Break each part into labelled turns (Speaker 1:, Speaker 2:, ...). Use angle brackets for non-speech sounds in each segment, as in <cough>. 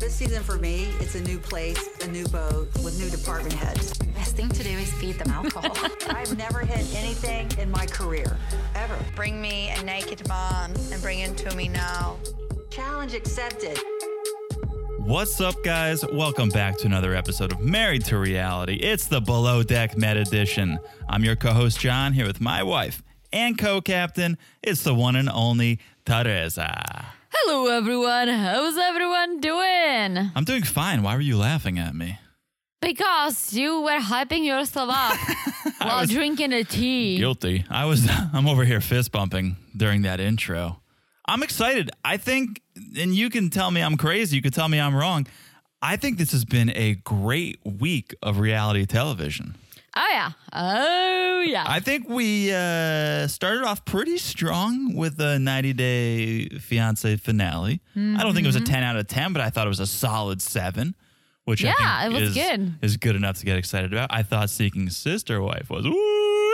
Speaker 1: This season for me, it's a new place, a new boat with new department heads.
Speaker 2: Best thing to do is feed them alcohol.
Speaker 1: I've never hit anything in my career, ever.
Speaker 3: Bring me a naked mom and bring him to me now.
Speaker 1: Challenge accepted.
Speaker 4: What's up, guys? Welcome back to another episode of Married to Reality. It's the Below Deck Met Edition. I'm your co host, John, here with my wife and co captain. It's the one and only Teresa.
Speaker 5: Hello, everyone. How's everyone doing?
Speaker 4: I'm doing fine. Why were you laughing at me?
Speaker 5: Because you were hyping yourself
Speaker 4: <laughs>
Speaker 5: up while
Speaker 4: was
Speaker 5: drinking a tea.
Speaker 4: Guilty. I was, <laughs> I'm over here fist bumping during that intro. I'm excited. I think, and you can tell me I'm crazy. You could tell me I'm wrong. I think this has been a great week of reality television.
Speaker 5: Oh, yeah. Oh, yeah.
Speaker 4: I think we uh, started off pretty strong with the 90 Day Fiance finale. I don't think it was a
Speaker 5: Mm-hmm.
Speaker 4: 10 out of 10, but I thought it was a solid seven, which I
Speaker 5: Yeah,
Speaker 4: think
Speaker 5: it was
Speaker 4: is,
Speaker 5: good.
Speaker 4: is good enough to get excited about. I thought Seeking Sister Wife was ooh,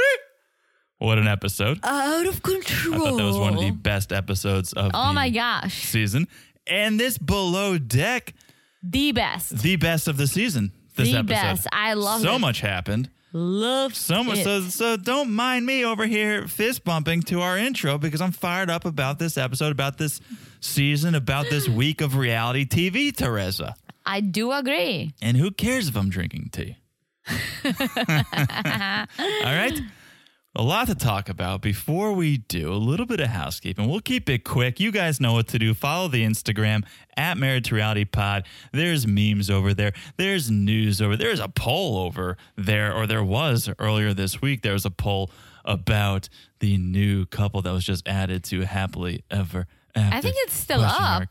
Speaker 4: what an episode.
Speaker 5: Out of control.
Speaker 4: I thought that was one of the best episodes of
Speaker 5: Oh,
Speaker 4: the
Speaker 5: my gosh.
Speaker 4: season. And this Below Deck,
Speaker 5: The best.
Speaker 4: the best of the season. This
Speaker 5: The
Speaker 4: episode.
Speaker 5: best. I love
Speaker 4: so
Speaker 5: it.
Speaker 4: much happened.
Speaker 5: Love
Speaker 4: So much
Speaker 5: it.
Speaker 4: so, so don't mind me over here fist bumping to our intro because I'm fired up about this episode, about this season, about this week of reality TV, Teresa.
Speaker 5: I do agree.
Speaker 4: And who cares if I'm drinking
Speaker 5: <laughs>
Speaker 4: tea? All right. A lot to talk about. Before we do, a little bit of housekeeping. We'll keep it quick. You guys know what to do. Follow the Instagram at Married to Reality Pod. There's memes over there. There's news over there. There's a poll over there, or there was earlier this week. There was a poll about the new couple that was just added to Happily Ever After.
Speaker 5: think it's still
Speaker 4: question
Speaker 5: up.
Speaker 4: mark.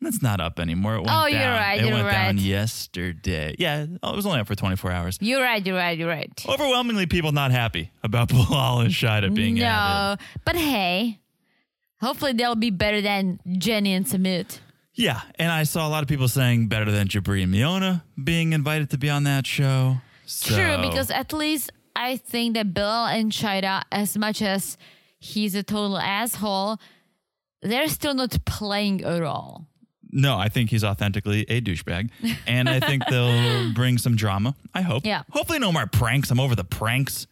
Speaker 4: That's not up anymore. It went
Speaker 5: Oh, you're
Speaker 4: down.
Speaker 5: right,
Speaker 4: It
Speaker 5: you're
Speaker 4: went
Speaker 5: right.
Speaker 4: down yesterday. Yeah, oh, it was only up for 24 hours.
Speaker 5: You're right. You're right. You're right.
Speaker 4: Oh, Overwhelmingly, people not happy about <laughs> Bilal and Shida being
Speaker 5: no.
Speaker 4: added.
Speaker 5: But hey, hopefully they'll be better than Jenny and Samit.
Speaker 4: Yeah, and I saw a lot of people saying better than Jabri and Miona being invited to be on that show.
Speaker 5: True,
Speaker 4: So-
Speaker 5: because at least I think that Bill and Shida, as much as he's a total asshole, they're still not playing a role.
Speaker 4: no, I think he's authentically
Speaker 5: <laughs>
Speaker 4: a douchebag, and I think they'll bring some drama. I hope.
Speaker 5: Yeah.
Speaker 4: Hopefully, no more pranks. I'm over the pranks,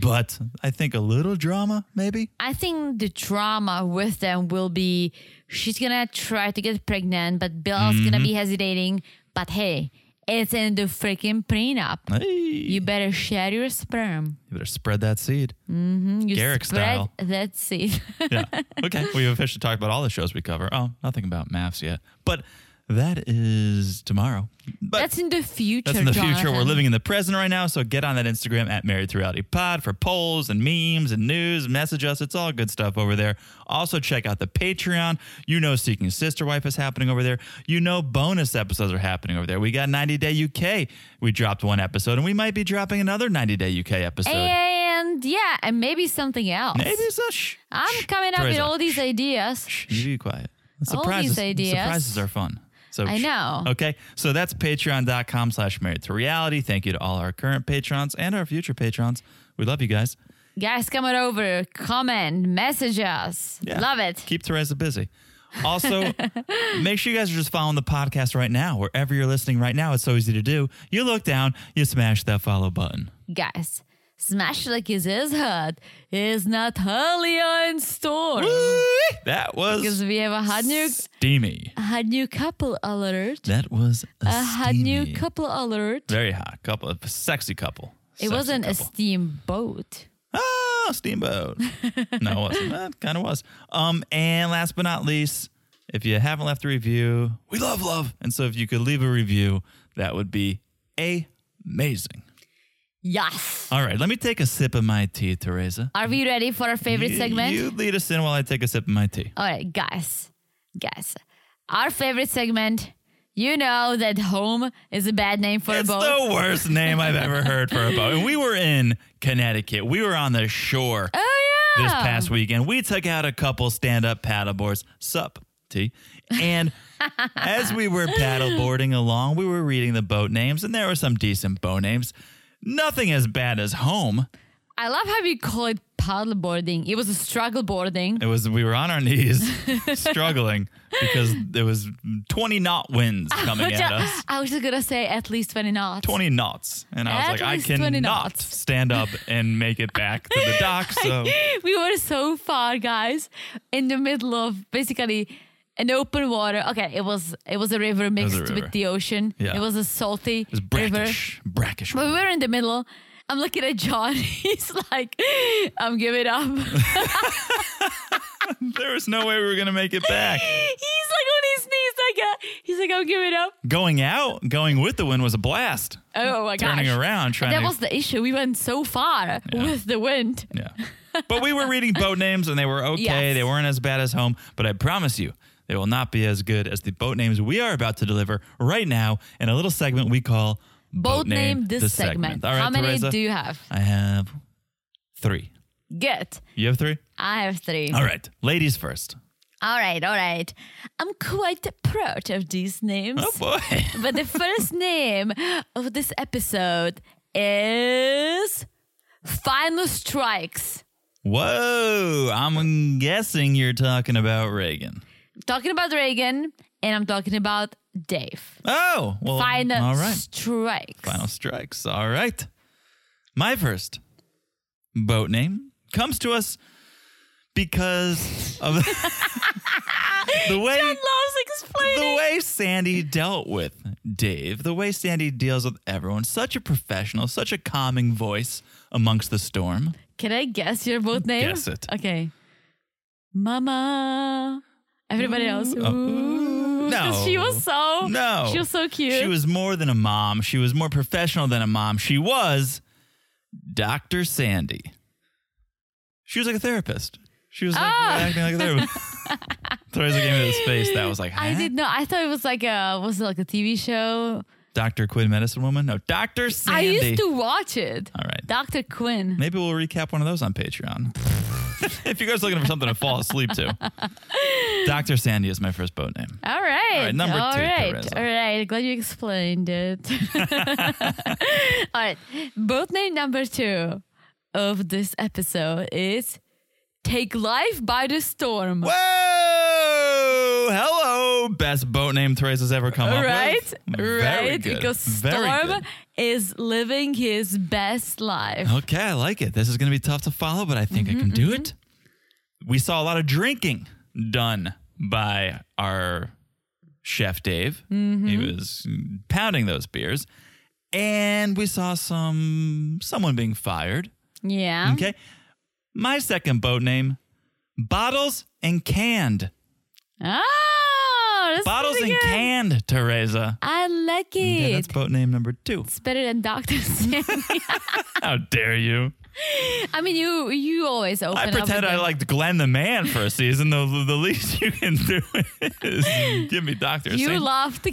Speaker 4: but I think a little drama maybe.
Speaker 5: I think the drama with them will be she's gonna try to get pregnant, but Bill's gonna
Speaker 4: Mm-hmm.
Speaker 5: be hesitating. But hey, it's in the freaking prenup.
Speaker 4: Hey, you
Speaker 5: You better shed your sperm.
Speaker 4: better spread that seed.
Speaker 5: You
Speaker 4: Garrick
Speaker 5: spread
Speaker 4: style.
Speaker 5: that seed. <laughs>
Speaker 4: yeah. Okay. We've officially talked about all the shows we cover. Oh, nothing about maths yet. But that is tomorrow. But
Speaker 5: that's in the future.
Speaker 4: that's in the
Speaker 5: Jonathan.
Speaker 4: future. We're living in the present right now. So get on that Instagram at Married to Reality Pod for polls and memes and news. Message us. It's all good stuff over there. Also, check out the Patreon. You know, Seeking Sister Wife is happening over there. You know, bonus episodes are happening over there. We got 90 Day UK. We dropped one episode, and we might be dropping another 90 Day UK episode.
Speaker 5: And yeah, and maybe something else.
Speaker 4: Maybe so. Shh.
Speaker 5: I'm
Speaker 4: Shh.
Speaker 5: coming up with
Speaker 4: Teresa.
Speaker 5: all these ideas.
Speaker 4: You be quiet.
Speaker 5: All
Speaker 4: Surprises,
Speaker 5: these ideas.
Speaker 4: surprises are fun. So
Speaker 5: I know.
Speaker 4: Okay. So that's patreon.com slash married to reality. Thank you to all our current patrons and our future patrons. We love you guys.
Speaker 5: Guys, come on over, comment, message us.
Speaker 4: Yeah.
Speaker 5: Love it.
Speaker 4: Keep Teresa busy. Also, <laughs> make sure you guys are just following the podcast right now, wherever you're listening right now. It's so easy to do. You look down, you smash that follow button.
Speaker 5: Guys, Smash Like Is His Hut is Natalia in store.
Speaker 4: That
Speaker 5: Because
Speaker 4: was
Speaker 5: we have a hot new,
Speaker 4: steamy.
Speaker 5: hot new couple alert.
Speaker 4: That was a,
Speaker 5: A hot
Speaker 4: steamy-
Speaker 5: new couple alert.
Speaker 4: Very hot couple, a sexy couple.
Speaker 5: It
Speaker 4: Sexy
Speaker 5: wasn't a
Speaker 4: couple.
Speaker 5: steamboat.
Speaker 4: Oh, steamboat. no, it
Speaker 5: <laughs>
Speaker 4: wasn't. That kind of was. Um, and last but not least, if you haven't left a review, we love love. And so if you could leave a review, that would be amazing.
Speaker 5: Yes.
Speaker 4: All right, let me take a sip of my tea, Teresa.
Speaker 5: Are we ready for our favorite
Speaker 4: You-
Speaker 5: segment?
Speaker 4: You lead us in while I take a sip of my tea.
Speaker 5: All right, guys, guys, our favorite segment. You know that home is a bad name for
Speaker 4: it's
Speaker 5: a boat.
Speaker 4: the worst name I've ever heard for a boat. And we were in Connecticut. We were on the shore
Speaker 5: oh yeah.
Speaker 4: this past weekend. We took out a couple stand up paddleboards, sup, T.
Speaker 5: <laughs>
Speaker 4: And as we were paddleboarding along, we were reading the boat names, and there were some decent boat names. Nothing as bad as home.
Speaker 5: I love how you call it paddle boarding. It was a struggle boarding.
Speaker 4: It was we were on our
Speaker 5: <laughs>
Speaker 4: knees struggling because there was 20 knot winds
Speaker 5: <laughs>
Speaker 4: coming at us.
Speaker 5: I was just gonna say at least 20 knots.
Speaker 4: 20 knots. And I was
Speaker 5: At
Speaker 4: like, I
Speaker 5: least 20
Speaker 4: cannot
Speaker 5: knots.
Speaker 4: stand up and make it back to the
Speaker 5: <laughs>
Speaker 4: dock. So
Speaker 5: <laughs> we were so far, guys, in the middle of basically an open water. Okay, it was it was a river mixed
Speaker 4: river.
Speaker 5: with the ocean.
Speaker 4: Yeah.
Speaker 5: It was a salty
Speaker 4: it was
Speaker 5: river.
Speaker 4: brackish, brackish.
Speaker 5: But we
Speaker 4: water.
Speaker 5: were in the middle. I'm looking at John. <laughs> He's like, I'm giving up. <laughs> He's like
Speaker 4: There was no way we were going to make it back.
Speaker 5: on his knees. Like, uh, he's like, I'm giving up.
Speaker 4: Going out, going with the wind was a blast.
Speaker 5: Oh my gosh.
Speaker 4: Turning around,
Speaker 5: But
Speaker 4: trying
Speaker 5: that
Speaker 4: to.
Speaker 5: was the issue. We went so far with the wind.
Speaker 4: yeah. But we were reading boat names and they were okay.
Speaker 5: Yes.
Speaker 4: They weren't as bad as home. But I promise you, they will not be as good as the boat names we are about to deliver right now in a little segment we call
Speaker 5: Both name this
Speaker 4: the
Speaker 5: segment.
Speaker 4: All right,
Speaker 5: How many
Speaker 4: Teresa?
Speaker 5: do you have?
Speaker 4: I have three.
Speaker 5: Good.
Speaker 4: You have three?
Speaker 5: I have three.
Speaker 4: All right. Ladies first.
Speaker 5: All right, all right. I'm quite proud of these names.
Speaker 4: Oh, boy.
Speaker 5: <laughs> But the first name of this episode is Final Strikes.
Speaker 4: Whoa. I'm guessing you're talking about Reagan.
Speaker 5: Talking about Reagan, and I'm talking about Dave.
Speaker 4: Oh, well.
Speaker 5: Final
Speaker 4: All right.
Speaker 5: Strikes.
Speaker 4: Final strikes. All right. My first boat name comes to us because of <laughs> the way.
Speaker 5: John loves explaining.
Speaker 4: the way Sandy dealt with Dave, the way Sandy deals with everyone, such a professional, such a calming voice amongst the storm.
Speaker 5: Can I guess your both name?
Speaker 4: Guess it.
Speaker 5: Okay. Mama. Everybody else.
Speaker 4: Oh.
Speaker 5: Ooh.
Speaker 4: No.
Speaker 5: She was <laughs> so.
Speaker 4: No.
Speaker 5: She was so cute.
Speaker 4: She was more than a mom. She was more professional than a mom. She was Dr. Sandy. She was like a therapist. She was like
Speaker 5: Oh.
Speaker 4: acting like
Speaker 5: <laughs>
Speaker 4: a therapist. Teresa gave me this face that was like,
Speaker 5: I
Speaker 4: huh?
Speaker 5: did not. I thought it was like a was it like a TV show?
Speaker 4: Dr. Quinn Medicine Woman? No, Dr. Sandy.
Speaker 5: I used to watch it.
Speaker 4: All right.
Speaker 5: Doctor Quinn.
Speaker 4: Maybe we'll recap one of those on Patreon. <laughs> if you guys are looking for something to fall asleep to,
Speaker 5: <laughs>
Speaker 4: Dr. Sandy is my first boat name.
Speaker 5: All right. All
Speaker 4: right, number two,
Speaker 5: right.
Speaker 4: Teresa.
Speaker 5: All right. Glad you explained it. <laughs> All right. Boat name number two of this episode is "Take Life by the Storm."
Speaker 4: Whoa! Hello! Best boat name Teresa's ever come up
Speaker 5: Right,
Speaker 4: with. Very
Speaker 5: right.
Speaker 4: good.
Speaker 5: Because
Speaker 4: Very
Speaker 5: Storm
Speaker 4: good. Uh-huh.
Speaker 5: is living his best life.
Speaker 4: Okay, I like it. This is going to be tough to follow, but I think
Speaker 5: Mm-hmm,
Speaker 4: I can do it. We saw a lot of drinking done by our chef Dave.
Speaker 5: Mm-hmm.
Speaker 4: He was pounding those beers. And we saw some someone being fired.
Speaker 5: Yeah.
Speaker 4: Okay. My second boat name, Bottles and Canned.
Speaker 5: Oh, that's
Speaker 4: Bottles
Speaker 5: pretty
Speaker 4: and
Speaker 5: good.
Speaker 4: Canned, Teresa.
Speaker 5: I like it.
Speaker 4: Okay, that's boat name number two.
Speaker 5: it's better than Doctor <laughs> Sandy.
Speaker 4: How dare you?
Speaker 5: I mean, you you always open.
Speaker 4: I
Speaker 5: up
Speaker 4: pretended I
Speaker 5: again.
Speaker 4: liked Glenn the Man for a season. The, the least you can do is give me Dr.
Speaker 5: You
Speaker 4: Saint-
Speaker 5: loved. <laughs>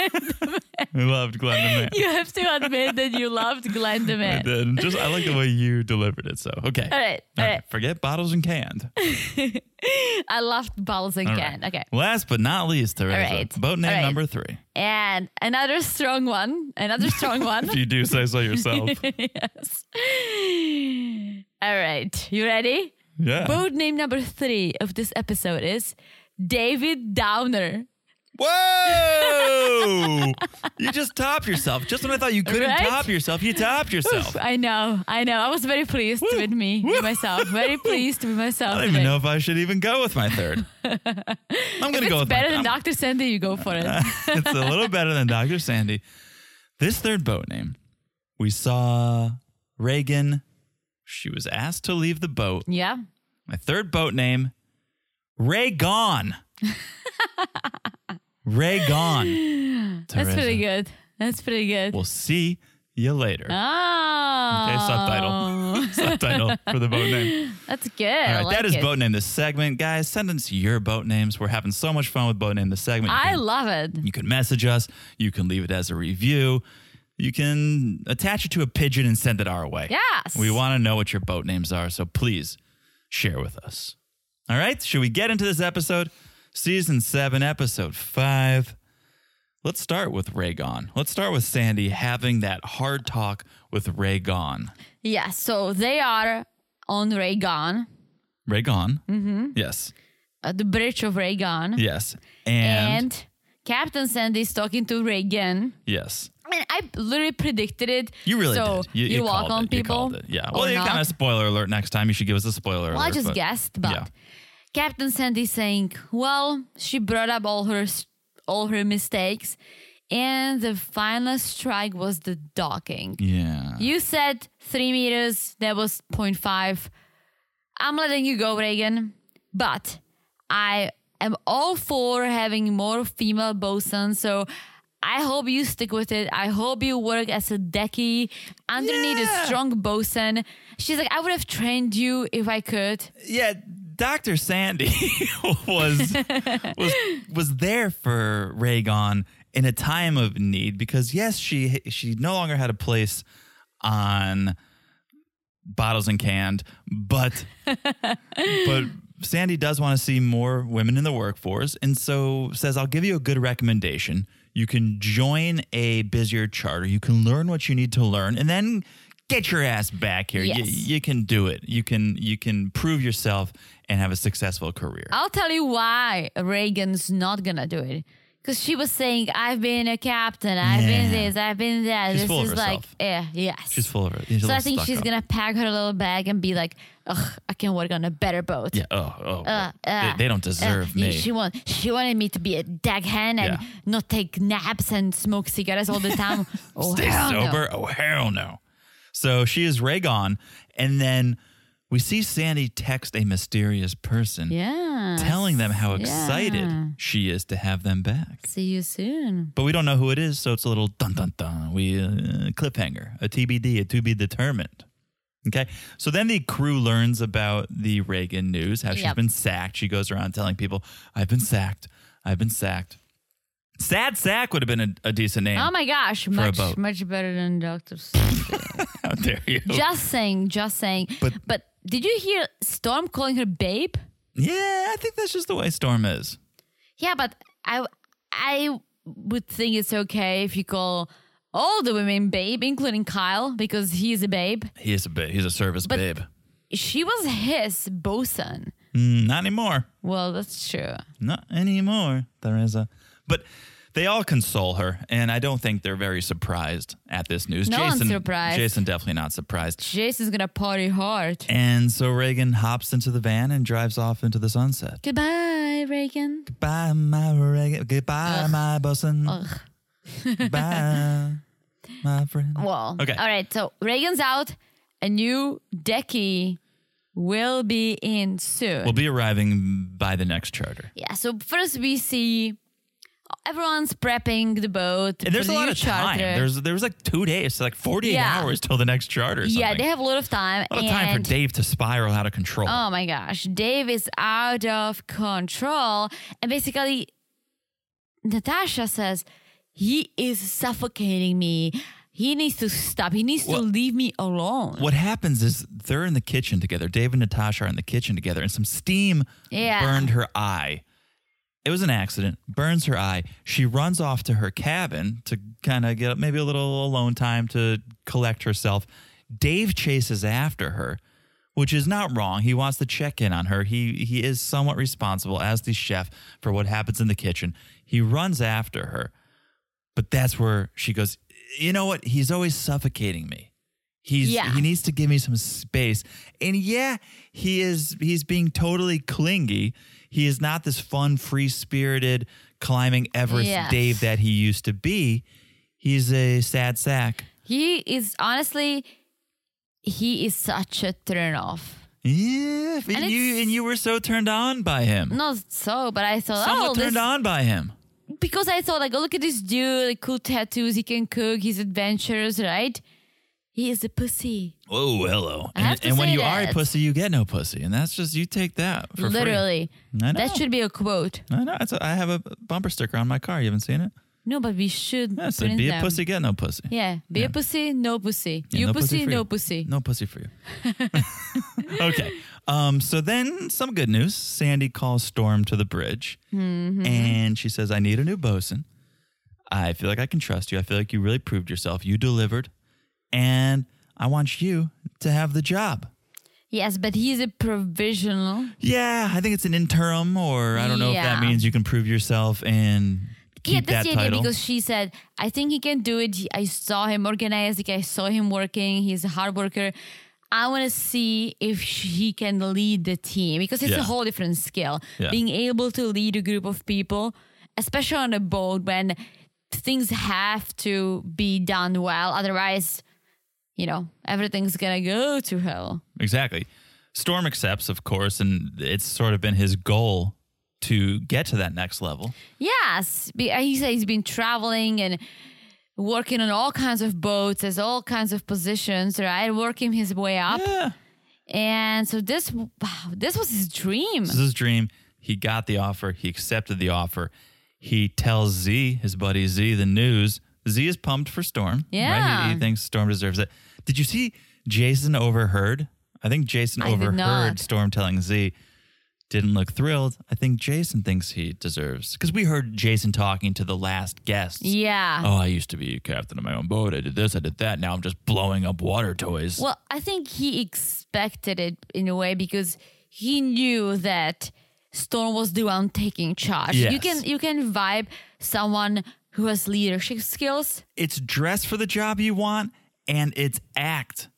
Speaker 4: I loved Glenn the Man.
Speaker 5: you have to admit that you loved Glenn the
Speaker 4: I
Speaker 5: Man.
Speaker 4: did. And Just, I like the way you delivered it. So, okay.
Speaker 5: All right, all
Speaker 4: Okay,
Speaker 5: right.
Speaker 4: Forget bottles and canned.
Speaker 5: I loved bottles and
Speaker 4: All
Speaker 5: can.
Speaker 4: right.
Speaker 5: Okay,
Speaker 4: Last but not least, Teresa.
Speaker 5: right.
Speaker 4: Boat name
Speaker 5: All right.
Speaker 4: number three.
Speaker 5: and another strong one.
Speaker 4: <laughs>
Speaker 5: Another strong one.
Speaker 4: If you do say
Speaker 5: <laughs>
Speaker 4: so yourself.
Speaker 5: yes. <laughs> All right, you ready?
Speaker 4: Yeah.
Speaker 5: Boat name number three of this episode is David Downer. <laughs>
Speaker 4: Whoa! you just topped yourself. Just when I thought you couldn't
Speaker 5: Right?
Speaker 4: top yourself, you topped yourself.
Speaker 5: <laughs> I know, I know. I was very pleased with me, with myself.
Speaker 4: <laughs>
Speaker 5: Very pleased with myself.
Speaker 4: I don't
Speaker 5: today.
Speaker 4: even know if I should even go with
Speaker 5: <laughs>
Speaker 4: my third. I'm
Speaker 5: If
Speaker 4: gonna
Speaker 5: it's
Speaker 4: go with
Speaker 5: better
Speaker 4: my,
Speaker 5: than
Speaker 4: I'm-
Speaker 5: Dr. Sandy, you go for it.
Speaker 4: <laughs> it's a little better than Dr. Sandy. This third boat name, we saw Reagan. She was asked to leave the boat.
Speaker 5: yeah.
Speaker 4: My third boat name,
Speaker 5: <laughs>
Speaker 4: Ray Gone. Ray Gone.
Speaker 5: That's
Speaker 4: Teresa,
Speaker 5: pretty good. That's pretty good.
Speaker 4: We'll see you later.
Speaker 5: oh.
Speaker 4: Okay, subtitle. <laughs> subtitle for the boat name.
Speaker 5: <laughs> That's good.
Speaker 4: All
Speaker 5: <laughs>
Speaker 4: right,
Speaker 5: I like
Speaker 4: that is
Speaker 5: it.
Speaker 4: boat name this segment, guys. Send us your boat names. We're having so much fun with boat name this segment. You
Speaker 5: I
Speaker 4: can-
Speaker 5: love it.
Speaker 4: you can message us. You can leave it as a review. You can attach it to a pigeon and send it our way.
Speaker 5: Yes.
Speaker 4: We want to know what your boat names are, so please share with us. All right, should we get into this episode? Season 7, episode 5. Let's start with Ray Gone. Let's start with Sandy having that hard talk with Ray Gone.
Speaker 5: Yeah, so they are on Raygon,
Speaker 4: Ray Gone. Mm-hmm. Yes.
Speaker 5: uh, the bridge of Raygon.
Speaker 4: Yes. And,
Speaker 5: And Captain Sandy's talking to Reagan.
Speaker 4: yes.
Speaker 5: And I literally predicted it.
Speaker 4: You really
Speaker 5: so
Speaker 4: did.
Speaker 5: You, walk
Speaker 4: called
Speaker 5: on
Speaker 4: it. You
Speaker 5: people.
Speaker 4: called it. Yeah.
Speaker 5: or
Speaker 4: Well, you
Speaker 5: not.
Speaker 4: kind of spoiler alert next time. You should give us a spoiler
Speaker 5: Well,
Speaker 4: alert.
Speaker 5: I just
Speaker 4: but-
Speaker 5: guessed, but
Speaker 4: yeah.
Speaker 5: Captain Sandy saying, "Well, she brought up all her s- all her mistakes, and the final strike was the docking.
Speaker 4: Yeah.
Speaker 5: You said three meters. That was 0.5. I'm letting you go, Reagan. But I am all for having more female bosun. So I hope you stick with it. I hope you work as a decky underneath a strong bosun. She's like, I would have trained you if I could.
Speaker 4: yeah, Dr. Sandy <laughs> was was was there for Raygon in a time of need because yes, she she no longer had a place on bottles and canned,
Speaker 5: <laughs>
Speaker 4: but but Sandy does want to see more women in the workforce and so says I'll give you a good recommendation. You can join a busier charter. You can learn what you need to learn and then get your ass back here. You-
Speaker 5: Yes.
Speaker 4: you can do it. You can you can prove yourself and have a successful career.
Speaker 5: I'll tell you why Reagan's not gonna do it. Because she was saying, I've been a captain, I've been
Speaker 4: Yeah.
Speaker 5: this, I've been that.
Speaker 4: She's
Speaker 5: this
Speaker 4: full of
Speaker 5: is like,
Speaker 4: herself.
Speaker 5: eh, yes.
Speaker 4: she's full of it. She's
Speaker 5: So
Speaker 4: a
Speaker 5: I
Speaker 4: little
Speaker 5: think
Speaker 4: stuck
Speaker 5: she's
Speaker 4: up.
Speaker 5: gonna pack her little bag and be like, "Ugh, I can work on a better boat."
Speaker 4: Yeah. Oh. Oh.
Speaker 5: Uh,
Speaker 4: they-
Speaker 5: uh,
Speaker 4: they, don't
Speaker 5: uh,
Speaker 4: deserve me.
Speaker 5: She want she wanted me to be a deck hand and
Speaker 4: Yeah.
Speaker 5: not take naps and smoke cigarettes all the
Speaker 4: <laughs>
Speaker 5: time. oh,
Speaker 4: Stay
Speaker 5: hell no.
Speaker 4: sober. Oh hell no. So she is Raygon, and then we see Sandy text a mysterious person,
Speaker 5: Yeah.
Speaker 4: telling them how excited
Speaker 5: Yeah.
Speaker 4: she is to have them back.
Speaker 5: See you soon.
Speaker 4: But we don't know who it is, so it's a little dun dun dun. We uh, cliffhanger, a TBD, a to be determined. Okay, so then the crew learns about the Reagan news, how she's
Speaker 5: Yep.
Speaker 4: been sacked. She goes around telling people, "I've been sacked. I've been sacked." Sad sack would have been a, a decent name.
Speaker 5: Oh my gosh, much
Speaker 4: boat.
Speaker 5: much better than Doctor.
Speaker 4: How dare you?
Speaker 5: just saying, just saying. But,
Speaker 4: Oh. But-
Speaker 5: did you hear Storm calling her babe?
Speaker 4: yeah, I think that's just the way Storm is.
Speaker 5: Yeah, but I I would think it's okay if you call all the women babe, including Kyle, because he's a babe.
Speaker 4: He is a bit. He's a service
Speaker 5: But-
Speaker 4: babe.
Speaker 5: She was his bosun.
Speaker 4: Mm, not anymore.
Speaker 5: Well, that's true.
Speaker 4: Not anymore. There is a. But they all console her, and I don't think they're very surprised at this news.
Speaker 5: No one's
Speaker 4: Jason,
Speaker 5: surprised.
Speaker 4: Jason definitely not surprised.
Speaker 5: Jason's gonna party hard.
Speaker 4: And so Reagan hops into the van and drives off into the sunset.
Speaker 5: Goodbye, Reagan.
Speaker 4: Goodbye, my Reagan. Goodbye, my bosun.
Speaker 5: Ugh. <laughs>
Speaker 4: Bye, my friend.
Speaker 5: Well,
Speaker 4: Okay.
Speaker 5: All right, so Reagan's out. A new Decky will be in soon.
Speaker 4: We'll be arriving by the next charter.
Speaker 5: yeah. So first we see everyone's prepping the boat.
Speaker 4: And there's
Speaker 5: for
Speaker 4: a
Speaker 5: the
Speaker 4: lot
Speaker 5: new
Speaker 4: of time.
Speaker 5: charter.
Speaker 4: There's there was like two days, so like 48
Speaker 5: Yeah.
Speaker 4: hours till the next charter. Or
Speaker 5: yeah,
Speaker 4: something.
Speaker 5: they have a lot of time.
Speaker 4: a lot
Speaker 5: and
Speaker 4: of time for Dave to spiral out of control.
Speaker 5: Oh my gosh, Dave is out of control. And basically, Natasha says, He is suffocating me. He needs to stop. He needs
Speaker 4: Well-
Speaker 5: to leave me alone.
Speaker 4: What happens is they're in the kitchen together. Dave and Natasha are in the kitchen together, and some steam
Speaker 5: Yeah.
Speaker 4: burned her eye. It was an accident. Burns her eye. She runs off to her cabin to kind of get maybe a little alone time to collect herself. Dave chases after her, which is not wrong. He wants to check in on her. He he is somewhat responsible as the chef for what happens in the kitchen. He runs after her. But that's where she goes, "You know what? He's always suffocating me." He's
Speaker 5: Yeah.
Speaker 4: he needs to give me some space. And yeah, he is he's being totally clingy. He is not this fun, free-spirited climbing Everest
Speaker 5: Yes.
Speaker 4: Dave that he used to be. He's a sad sack.
Speaker 5: He is honestly, he is such a turnoff.
Speaker 4: Yeah, and, you
Speaker 5: it's-
Speaker 4: and you were so turned on by him.
Speaker 5: Not so, but I thought,
Speaker 4: Somewhat
Speaker 5: oh,
Speaker 4: turned
Speaker 5: this,
Speaker 4: on by him.
Speaker 5: because I thought, like, oh, look at this dude, like, cool tattoos, he can cook, he's adventurous, right? He is a pussy.
Speaker 4: Whoa, hello.
Speaker 5: I
Speaker 4: and
Speaker 5: have to
Speaker 4: and when
Speaker 5: say
Speaker 4: you are a
Speaker 5: that.
Speaker 4: pussy, you get no pussy. And that's just, you take that for free.
Speaker 5: Literally.
Speaker 4: I know.
Speaker 5: That should be a quote.
Speaker 4: I know. It's a, I have a bumper sticker on my car. You haven't seen it?
Speaker 5: No, but we should
Speaker 4: Yeah, it said,
Speaker 5: print
Speaker 4: be
Speaker 5: them.
Speaker 4: a pussy, get no pussy.
Speaker 5: Yeah, be a pussy, no pussy.
Speaker 4: Yeah,
Speaker 5: you
Speaker 4: no
Speaker 5: pussy,
Speaker 4: for
Speaker 5: no
Speaker 4: you.
Speaker 5: pussy.
Speaker 4: No pussy for you.
Speaker 5: <laughs>
Speaker 4: <laughs> okay. Um, so then some good news.
Speaker 5: Mm-hmm.
Speaker 4: Sandy calls Storm to the bridge and she says, I need a new bosun. I feel like I can trust you. I feel like you really proved yourself. You delivered. And I want you to have the job.
Speaker 5: Yes, but he's a provisional.
Speaker 4: Yeah, I think it's an interim, or I don't know if that
Speaker 5: Yeah.
Speaker 4: means you can prove yourself and keep
Speaker 5: yeah, that's
Speaker 4: that
Speaker 5: the idea
Speaker 4: title.
Speaker 5: because she said, I think he can do it. He- I saw him organized, like, I saw him working. He's a hard worker. I want to see if sh- he can lead the team because it's
Speaker 4: Yeah.
Speaker 5: a whole different skill.
Speaker 4: Yeah.
Speaker 5: Being able to lead a group of people, especially on a boat when things have to be done well. Otherwise, you know, everything's going to go to hell.
Speaker 4: Exactly. Storm accepts, of course, and it's sort of been his goal to get to that next level.
Speaker 5: Yes, be- he said he's been traveling and working on all kinds of boats, has all kinds of positions, right? Working his way up,
Speaker 4: Yeah.
Speaker 5: and so this, wow, this was his dream.
Speaker 4: This is his dream. He got the offer. He accepted the offer. He tells Z, his buddy Z, the news. Z is pumped for Storm. Right? He- He,
Speaker 5: Yeah.
Speaker 4: thinks Storm deserves it. Did you see Jason overheard? I think Jason
Speaker 5: I did
Speaker 4: overheard
Speaker 5: not.
Speaker 4: Storm telling Z. Didn't look thrilled. I think Jason thinks he deserves because we heard Jason talking to the last guests.
Speaker 5: Yeah.
Speaker 4: Oh, I used to be captain of my own boat. I did this. I did that. Now I'm just blowing up water toys.
Speaker 5: Well, I think he expected it in a way because he knew that Storm was the one taking charge. You
Speaker 4: Yes.
Speaker 5: can you can vibe someone who has leadership skills.
Speaker 4: it's dress for the job you want and it's act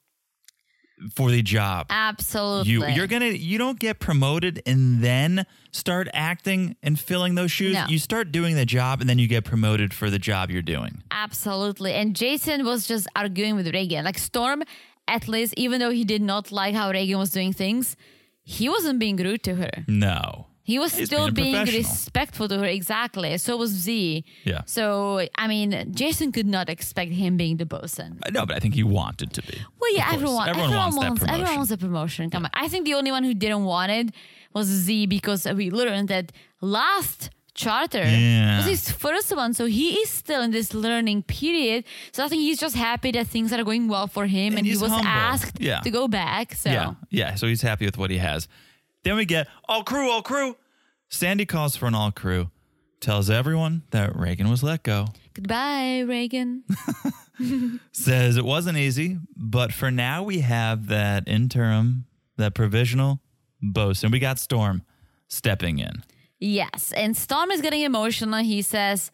Speaker 4: for the job.
Speaker 5: Absolutely.
Speaker 4: You you're gonna you don't get promoted and then start acting and filling those shoes.
Speaker 5: No.
Speaker 4: You start doing the job and then you get promoted for the job you're doing.
Speaker 5: Absolutely. And Jason was just arguing with Reagan. Like Storm, at least, even though he did not like how Reagan was doing things, he wasn't being rude to her.
Speaker 4: No.
Speaker 5: He was
Speaker 4: He's
Speaker 5: still
Speaker 4: being
Speaker 5: being
Speaker 4: a professional.
Speaker 5: respectful to her. Exactly. So was Z.
Speaker 4: Yeah.
Speaker 5: So, I mean, Jason could not expect him being the bosun.
Speaker 4: Uh, No, but I think he wanted to be.
Speaker 5: Well, yeah,
Speaker 4: Of course.
Speaker 5: everyone,
Speaker 4: everyone wants that promotion.
Speaker 5: everyone wants a promotion. Come on. I think the only one who didn't want it was Z because we learned that last charter
Speaker 4: Yeah.
Speaker 5: was his first one. So he is still in this learning period. So I think he's just happy that things are going well for him and, he
Speaker 4: he's
Speaker 5: was
Speaker 4: humble.
Speaker 5: asked
Speaker 4: Yeah.
Speaker 5: to go back. So
Speaker 4: Yeah. Yeah. So he's happy with what he has. Then we get all crew, all crew. Sandy calls for an all crew, tells everyone that Reagan was let go,
Speaker 5: goodbye, Reagan.
Speaker 4: says it wasn't easy, but for now we have that interim, that provisional bosun. We got Storm stepping in.
Speaker 5: Yes. And Storm is getting emotional. He says,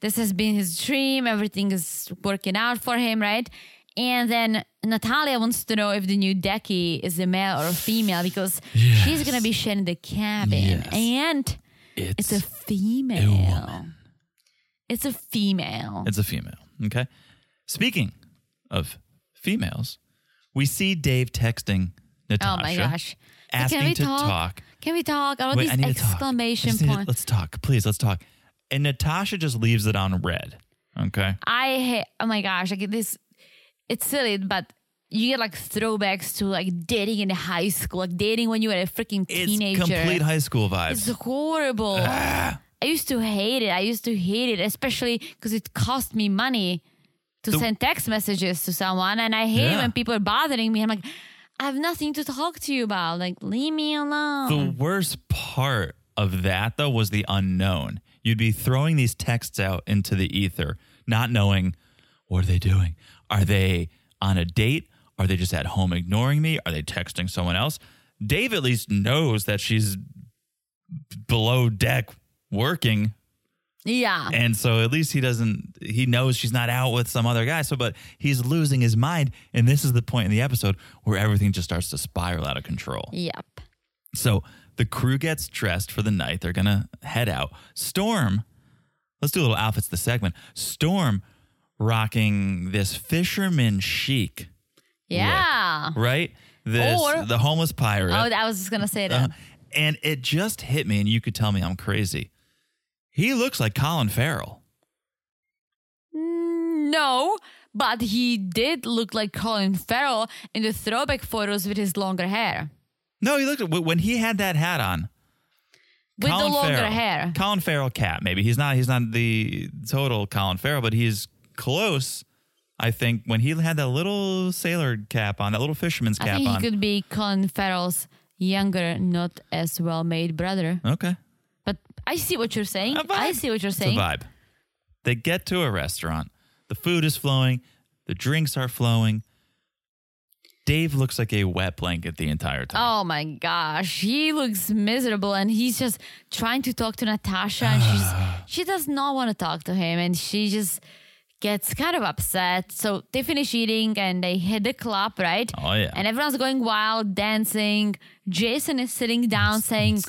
Speaker 5: This has been his dream. Everything is working out for him, right? And then Natalia wants to know if the new Decky is a male or a female because she's going to be sharing the cabin.
Speaker 4: Yes.
Speaker 5: And
Speaker 4: It's,
Speaker 5: it's a female. it's a female.
Speaker 4: It's a female. Okay. Speaking of females, we see Dave texting
Speaker 5: oh
Speaker 4: Natasha.
Speaker 5: my gosh. So
Speaker 4: Asking to talk.
Speaker 5: Can we talk? All
Speaker 4: Wait, I
Speaker 5: these
Speaker 4: need to talk. I
Speaker 5: exclamation
Speaker 4: just need to-
Speaker 5: points.
Speaker 4: let's talk, please. Let's talk. And Natasha just leaves it on red. Okay.
Speaker 5: I hate. Oh my gosh! Like this, it's silly, but you get like throwbacks to like dating in high school, like dating when you were a freaking
Speaker 4: It's
Speaker 5: teenager.
Speaker 4: complete high Ah. school
Speaker 5: it's
Speaker 4: vibes.
Speaker 5: horrible. I used to hate it. I used to hate it, especially because it cost me money to
Speaker 4: The-
Speaker 5: send text messages to someone, and I hate it
Speaker 4: Yeah.
Speaker 5: when people are bothering me. I'm like, I have nothing to talk to you about. Like, leave me alone.
Speaker 4: The worst part of that, though, was the unknown. You'd be throwing these texts out into the ether, not knowing what are they doing? Are they on a date? Are they just at home ignoring me? Are they texting someone else? Dave at least knows that she's below deck working
Speaker 5: yeah.
Speaker 4: And so at least he doesn't, he knows she's not out with some other guy. So, but he's losing his mind. And this is the point in the episode where everything just starts to spiral out of control.
Speaker 5: Yep.
Speaker 4: So the crew gets dressed for the night. They're going to head out. Storm, let's do a little outfits the segment. Storm rocking this fisherman chic,
Speaker 5: Yeah.
Speaker 4: right? This,
Speaker 5: Uh-huh. Or-
Speaker 4: the homeless pirate.
Speaker 5: Oh, I was just gonna say
Speaker 4: Uh,
Speaker 5: that.
Speaker 4: and it just hit me, and you could tell me I'm crazy. He looks like Colin Farrell.
Speaker 5: Mm, No, but he did look like Colin Farrell in the throwback photos with his longer hair.
Speaker 4: No, he looked when he had that hat on.
Speaker 5: With the
Speaker 4: Colin
Speaker 5: longer
Speaker 4: Farrell.
Speaker 5: hair.
Speaker 4: Colin Farrell cat. Maybe he's not. He's not the total Colin Farrell, but he's close. I think when he had that little sailor cap on, that little fisherman's
Speaker 5: I
Speaker 4: cap
Speaker 5: think he
Speaker 4: on.
Speaker 5: could be Colin Farrell's younger, not as well made brother.
Speaker 4: okay,
Speaker 5: But I see what you're saying.
Speaker 4: A vibe.
Speaker 5: I see what you're
Speaker 4: it's a
Speaker 5: saying.
Speaker 4: vibe. They get to a restaurant. The food is flowing. The drinks are flowing. Dave looks like a wet blanket the entire time.
Speaker 5: Oh my gosh, he looks miserable, and he's just trying to talk to Natasha, and
Speaker 4: <sighs>
Speaker 5: she's she does not want to talk to him, and she just gets kind of upset. So they finish eating, and they hit the club, right?
Speaker 4: Oh, yeah.
Speaker 5: and everyone's going wild, dancing. Jason is sitting down, saying,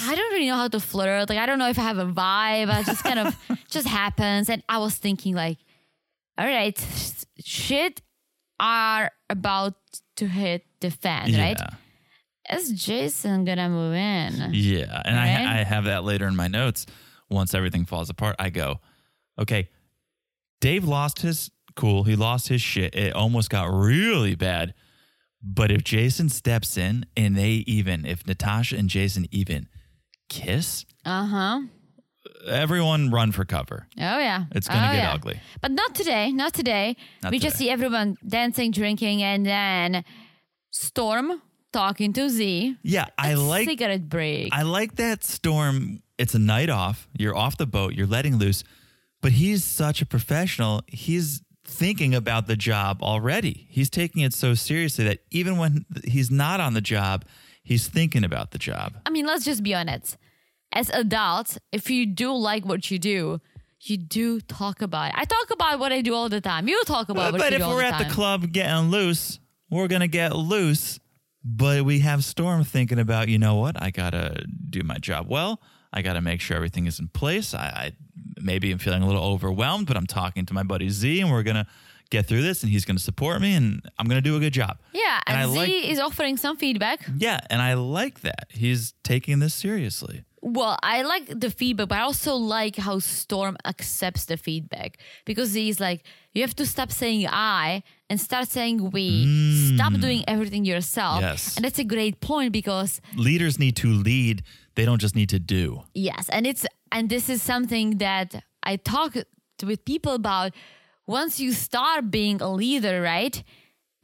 Speaker 5: "I don't really know how to flirt. Like I don't know if I have a vibe. I just kind
Speaker 4: <laughs>
Speaker 5: of just happens." And I was thinking, like, all right, shit are about to hit the fan, right?
Speaker 4: Yeah.
Speaker 5: Is Jason gonna move in?
Speaker 4: Yeah. And
Speaker 5: Right?
Speaker 4: I, I have that later in my notes. Once everything falls apart, I go, okay, Dave lost his cool. He lost his shit. It almost got really bad. But if Jason steps in and they even, if Natasha and Jason even kiss,
Speaker 5: Uh huh.
Speaker 4: everyone run for cover.
Speaker 5: Oh yeah.
Speaker 4: It's gonna
Speaker 5: Oh,
Speaker 4: get
Speaker 5: yeah.
Speaker 4: ugly.
Speaker 5: But not today. Not today.
Speaker 4: Not
Speaker 5: we just
Speaker 4: today.
Speaker 5: see everyone dancing, drinking, and then Storm talking to Z.
Speaker 4: Yeah, I like
Speaker 5: cigarette break.
Speaker 4: I like that storm. It's a night off. You're off the boat. You're letting loose. But he's such a professional. He's thinking about the job already. He's taking it so seriously that even when he's not on the job, he's thinking about the job.
Speaker 5: I mean, let's just be honest. As adults, if you do like what you do, you do talk about it. I talk about what I do all the time. You talk about what
Speaker 4: but
Speaker 5: you
Speaker 4: if
Speaker 5: do all
Speaker 4: we're
Speaker 5: the
Speaker 4: at the
Speaker 5: time.
Speaker 4: club getting loose, we're going to get loose. But we have Storm thinking about, you know what? I got to do my job well. I got to make sure everything is in place. I, I maybe I'm feeling a little overwhelmed, but I'm talking to my buddy Z and we're going to get through this and he's going to support me and I'm going to do a good job.
Speaker 5: yeah,
Speaker 4: and
Speaker 5: and,
Speaker 4: I
Speaker 5: Z
Speaker 4: like-
Speaker 5: is offering some feedback.
Speaker 4: Yeah. And I like that. He's taking this seriously.
Speaker 5: Well, I like the feedback, but I also like how Storm accepts the feedback because he's like, you have to stop saying I and start saying we. Stop doing everything yourself.
Speaker 4: Hmm. Yes.
Speaker 5: And that's a great point because,
Speaker 4: Leaders need to lead, they don't just need to do.
Speaker 5: yes, and it's, and this is something that I talk to- with people about. Once you start being a leader, right?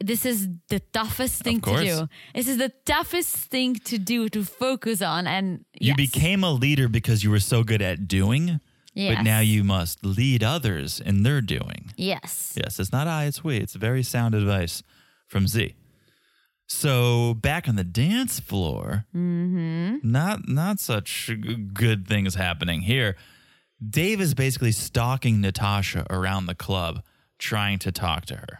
Speaker 5: This is the toughest thing to
Speaker 4: course.
Speaker 5: do. This is the toughest thing to do to focus on. And
Speaker 4: You
Speaker 5: yes.
Speaker 4: became a leader because you were so good at doing, but
Speaker 5: Yes.
Speaker 4: now you must lead others in their doing.
Speaker 5: Yes.
Speaker 4: Yes, it's not I, it's we. It's very sound advice from Z. So back on the dance floor,
Speaker 5: Mm-hmm.
Speaker 4: not not such g- good things happening here. Dave is basically stalking Natasha around the club, trying to talk to her.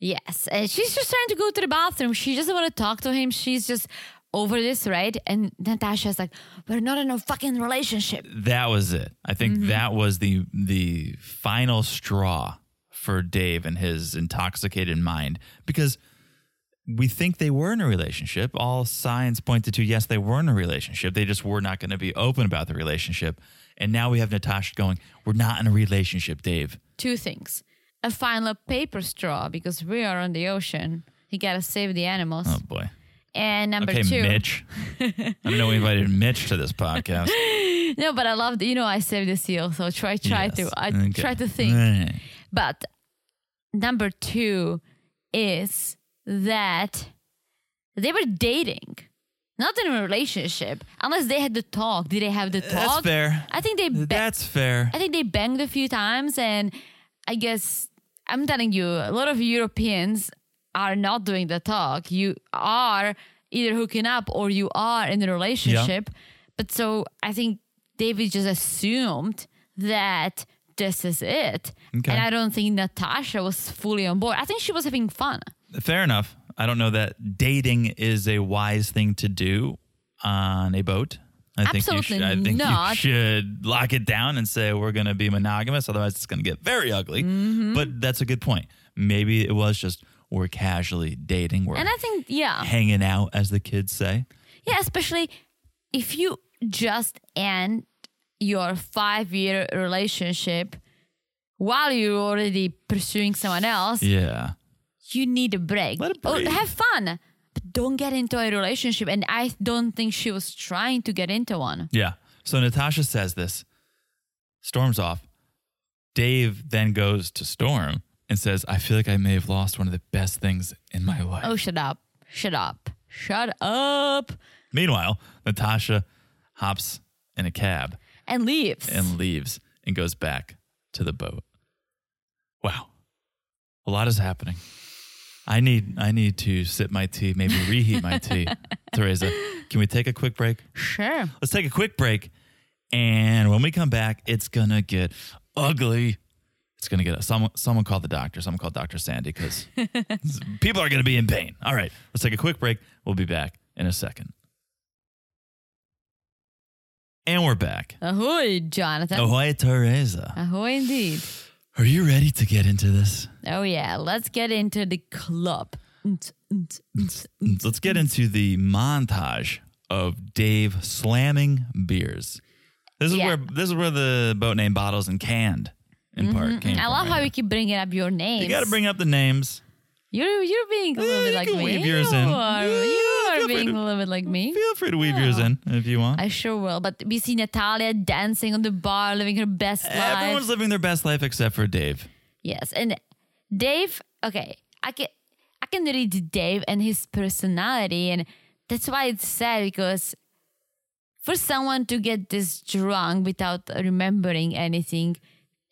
Speaker 5: Yes. And she's just trying to go to the bathroom. She doesn't want to talk to him. She's just over this, right? And Natasha's like, we're not in a fucking relationship.
Speaker 4: that was it. I think
Speaker 5: Mm-hmm.
Speaker 4: that was the the final straw for Dave and his intoxicated mind because we think they were in a relationship. All signs pointed to yes, they were in a relationship. They just were not going to be open about the relationship. And now we have Natasha going, "We're not in a relationship, Dave."
Speaker 5: Two things a final paper straw because we are on the ocean. You gotta save the animals.
Speaker 4: Oh boy.
Speaker 5: And number
Speaker 4: Okay,
Speaker 5: two. <laughs>
Speaker 4: Mitch. I don't know. We invited Mitch to this podcast.
Speaker 5: No, but I love, you know, I saved the seal. So try, try
Speaker 4: Yes.
Speaker 5: to, I
Speaker 4: Okay.
Speaker 5: try to think.
Speaker 4: Right.
Speaker 5: But number two is that they were dating, not in a relationship, unless they had the talk. Did they have the talk?
Speaker 4: That's fair.
Speaker 5: I think they. Ba-
Speaker 4: That's fair.
Speaker 5: I think they banged a few times, and I guess I'm telling you, a lot of Europeans are not doing the talk. You are either hooking up or you are in a relationship. But so I think David just assumed that this is it.
Speaker 4: Okay.
Speaker 5: And I don't think Natasha was fully on board. I think she was having fun.
Speaker 4: Fair enough. I don't know that dating is a wise thing to do on a boat. I think you should,
Speaker 5: Absolutely
Speaker 4: I think you
Speaker 5: not.
Speaker 4: should lock it down and say we're going to be monogamous. Otherwise, it's going to get very ugly.
Speaker 5: Mm-hmm.
Speaker 4: But that's a good point. Maybe it was just we're casually dating. We're
Speaker 5: And I think, yeah.
Speaker 4: hanging out, as the kids say.
Speaker 5: Yeah, especially if you just end your five year relationship while you're already pursuing someone else,
Speaker 4: Yeah.
Speaker 5: you need a break.
Speaker 4: Let it
Speaker 5: Or
Speaker 4: breathe.
Speaker 5: have fun. But don't get into a relationship. And I don't think she was trying to get into one.
Speaker 4: Yeah. So Natasha says this. Storm's off. Dave then goes to Storm and says, I feel like I may have lost one of the best things in my life.
Speaker 5: Oh, shut up. Shut up. Shut up.
Speaker 4: Meanwhile, Natasha hops in a cab
Speaker 5: And leaves.
Speaker 4: and leaves. and goes back to the boat. Wow. A lot is happening. I need I need to sip my tea, maybe reheat my tea. Teresa, can we take a quick break?
Speaker 5: Sure.
Speaker 4: Let's take a quick break. And when we come back, it's going to get ugly. It's going to get someone someone called the doctor. Someone called Dr.
Speaker 5: <laughs>
Speaker 4: Sandy cuz people are going to be in pain. All right. Let's take a quick break. We'll be back in a second. And we're back.
Speaker 5: Ahoy, Jonathan.
Speaker 4: Ahoy, Teresa.
Speaker 5: Ahoy, indeed.
Speaker 4: Are you ready to get into this?
Speaker 5: Oh, yeah. Let's get into the club. Mm.
Speaker 4: Let's get into the montage of Dave slamming beers. This is
Speaker 5: Yeah.
Speaker 4: where this is where the boat name bottles and canned in part came.
Speaker 5: Mm-hmm. I
Speaker 4: from,
Speaker 5: love how
Speaker 4: right?
Speaker 5: you keep bringing up your names.
Speaker 4: you got to bring up the names.
Speaker 5: You're, you're being a
Speaker 4: Yeah,
Speaker 5: little
Speaker 4: you
Speaker 5: bit like
Speaker 4: can
Speaker 5: me.
Speaker 4: weave yours in.
Speaker 5: You are,
Speaker 4: Yeah,
Speaker 5: you
Speaker 4: feel
Speaker 5: are
Speaker 4: free
Speaker 5: being
Speaker 4: to-
Speaker 5: a little bit like me.
Speaker 4: Feel free to weave yours in if you want.
Speaker 5: I sure will. But we see Natalia dancing on the bar, living her best life.
Speaker 4: Everyone's living their best life except for Dave.
Speaker 5: Yes, and Dave. Okay, I can I can read Dave and his personality, and that's why it's sad because for someone to get this drunk without remembering anything,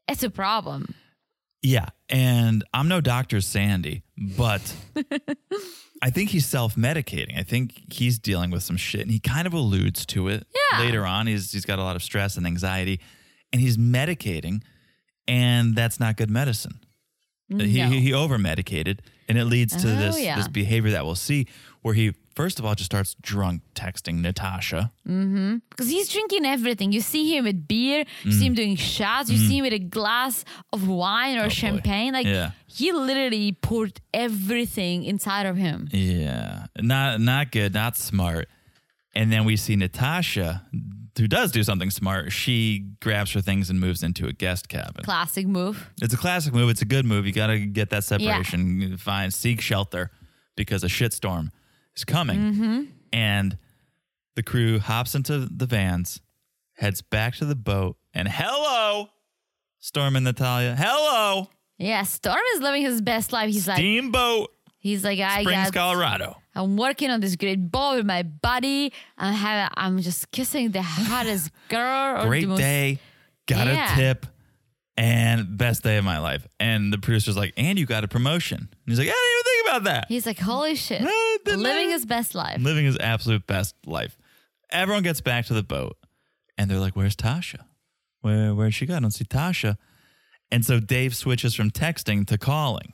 Speaker 5: it's a problem.
Speaker 4: Yeah, and I'm no Dr. Sandy,
Speaker 5: <laughs>
Speaker 4: but I think he's self-medicating. I think he's dealing with some shit and he kind of alludes to it
Speaker 5: Yeah.
Speaker 4: later on. He's he's got a lot of stress and anxiety and he's medicating and that's not good medicine. He,
Speaker 5: No.
Speaker 4: he he over-medicated and it leads to
Speaker 5: Oh,
Speaker 4: this
Speaker 5: yeah.
Speaker 4: this behavior that we'll see where he first of all just starts drunk texting Natasha.
Speaker 5: because he's drinking everything. You see him with beer, you see
Speaker 4: Mm.
Speaker 5: him doing shots, you see him with a glass of wine or champagne. Like
Speaker 4: Oh, Yeah.
Speaker 5: he literally poured everything inside of him.
Speaker 4: Yeah, not not good, not smart. And then we see Natasha, who does do something smart. She grabs her things and moves into a guest cabin.
Speaker 5: Classic move.
Speaker 4: It's a classic move. It's a good move. You got to get that separation, find seek shelter because a shitstorm is coming.
Speaker 5: Mm-hmm.
Speaker 4: And the crew hops into the vans, heads back to the boat, and hello, Storm and Natalia. Hello,
Speaker 5: Yeah, Storm is living his best life. He's like,
Speaker 4: steamboat,
Speaker 5: he's like, I
Speaker 4: Springs,
Speaker 5: got
Speaker 4: Colorado.
Speaker 5: I'm working on this great ball with my buddy. I'm having, I'm just kissing the
Speaker 4: <laughs>
Speaker 5: hottest girl. Or Oh, the
Speaker 4: great
Speaker 5: most,
Speaker 4: day, got
Speaker 5: Yeah.
Speaker 4: a tip, and best day of my life. And the producer's like, and you got a promotion. And he's like, I didn't even think about that.
Speaker 5: He's like, holy shit,
Speaker 4: Right, the
Speaker 5: living
Speaker 4: night-
Speaker 5: his best life.
Speaker 4: Living his absolute best life. Everyone gets back to the boat, and they're like, where's Tasha? Where, where'd she go? I don't see Tasha. And so Dave switches from texting to calling,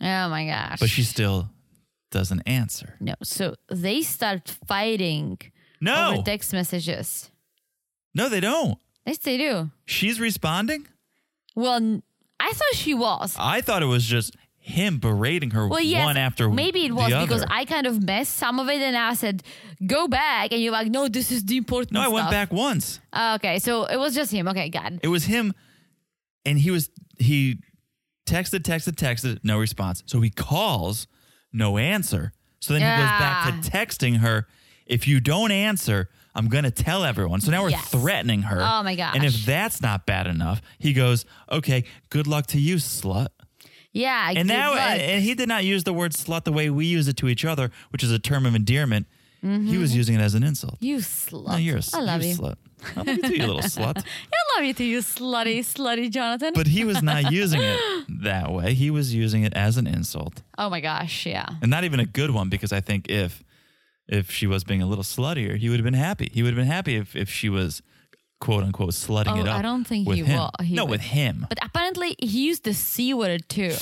Speaker 5: Oh my gosh.
Speaker 4: but she still doesn't answer.
Speaker 5: no. So they start fighting
Speaker 4: No,
Speaker 5: over text messages.
Speaker 4: no, they don't.
Speaker 5: Yes, they do.
Speaker 4: She's responding.
Speaker 5: Well, n- I thought she was.
Speaker 4: I thought it was just him berating her
Speaker 5: Well, yes,
Speaker 4: Uh, one after
Speaker 5: maybe it was
Speaker 4: the
Speaker 5: because
Speaker 4: other.
Speaker 5: I kind of messed some of it, and I said, "Go back," and you're like, "No, this is the important."
Speaker 4: No, I went
Speaker 5: stuff."
Speaker 4: back once.
Speaker 5: Ah, okay, so it was just him. Okay, God.
Speaker 4: It was him, and he was he texted, texted, texted, no response. So he calls, no answer. So then he
Speaker 5: Yeah.
Speaker 4: goes back to texting her. If you don't answer, I'm gonna tell everyone. So now we're
Speaker 5: Yes.
Speaker 4: threatening her.
Speaker 5: Oh, my gosh.
Speaker 4: And if that's not bad enough, he goes, "Okay, good luck to you, slut."
Speaker 5: Yeah,
Speaker 4: And
Speaker 5: good
Speaker 4: now, eh,
Speaker 5: luck.
Speaker 4: and, and he did not use the word slut the way we use it to each other, which is a term of endearment. He was using it as an insult.
Speaker 5: Mm-hmm. you slut.
Speaker 4: No, you're a,
Speaker 5: I love
Speaker 4: you're
Speaker 5: you.
Speaker 4: a slut. I love you too, you
Speaker 5: <laughs>
Speaker 4: little slut.
Speaker 5: I love you too, you slutty, slutty Jonathan.
Speaker 4: but he was not using it that way. He was using it as an insult,
Speaker 5: oh my gosh, yeah.
Speaker 4: and not even a good one. Because I think if if she was being a little sluttier, he would have been happy. He would have been happy if if she was quote unquote slutting
Speaker 5: Oh,
Speaker 4: it up.
Speaker 5: I don't think
Speaker 4: with
Speaker 5: he
Speaker 4: him.
Speaker 5: wa- he
Speaker 4: no,
Speaker 5: would.
Speaker 4: with him.
Speaker 5: But apparently he used the C word too.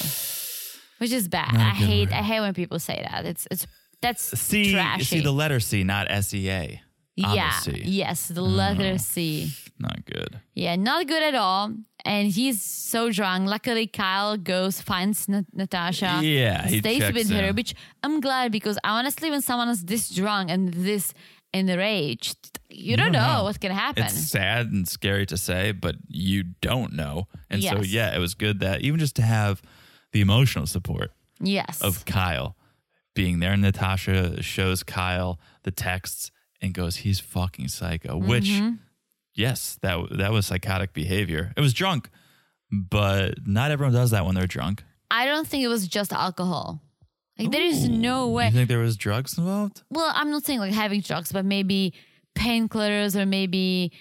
Speaker 5: Which is bad.
Speaker 4: Not a
Speaker 5: I
Speaker 4: good
Speaker 5: hate
Speaker 4: word.
Speaker 5: I hate when people say that. It's it's that's
Speaker 4: C,
Speaker 5: trashy.
Speaker 4: see the letter C, not S E A. on the
Speaker 5: yeah.
Speaker 4: C. Mm.
Speaker 5: Yes, the letter C.
Speaker 4: not good.
Speaker 5: Yeah, not good at all. And he's so drunk. Luckily, Kyle goes finds N- Natasha.
Speaker 4: Yeah, he
Speaker 5: stays
Speaker 4: checks
Speaker 5: with her,
Speaker 4: in.
Speaker 5: which I'm glad because honestly, when someone is this drunk and this enraged, you, don't, know, what can happen.
Speaker 4: It's sad and scary to say, but you don't know, and so
Speaker 5: Yes.
Speaker 4: yeah, it was good that even just to have the emotional support
Speaker 5: yes,
Speaker 4: of Kyle being there. And Natasha shows Kyle the texts and goes, "He's fucking psycho." Which,
Speaker 5: Mm-hmm.
Speaker 4: yes, that w- that was psychotic behavior. It was drunk, but not everyone does that when they're drunk.
Speaker 5: I don't think it was just alcohol. Like there is no way.
Speaker 4: You think there was drugs involved?
Speaker 5: well, I'm not saying like having drugs, but maybe painkillers or maybe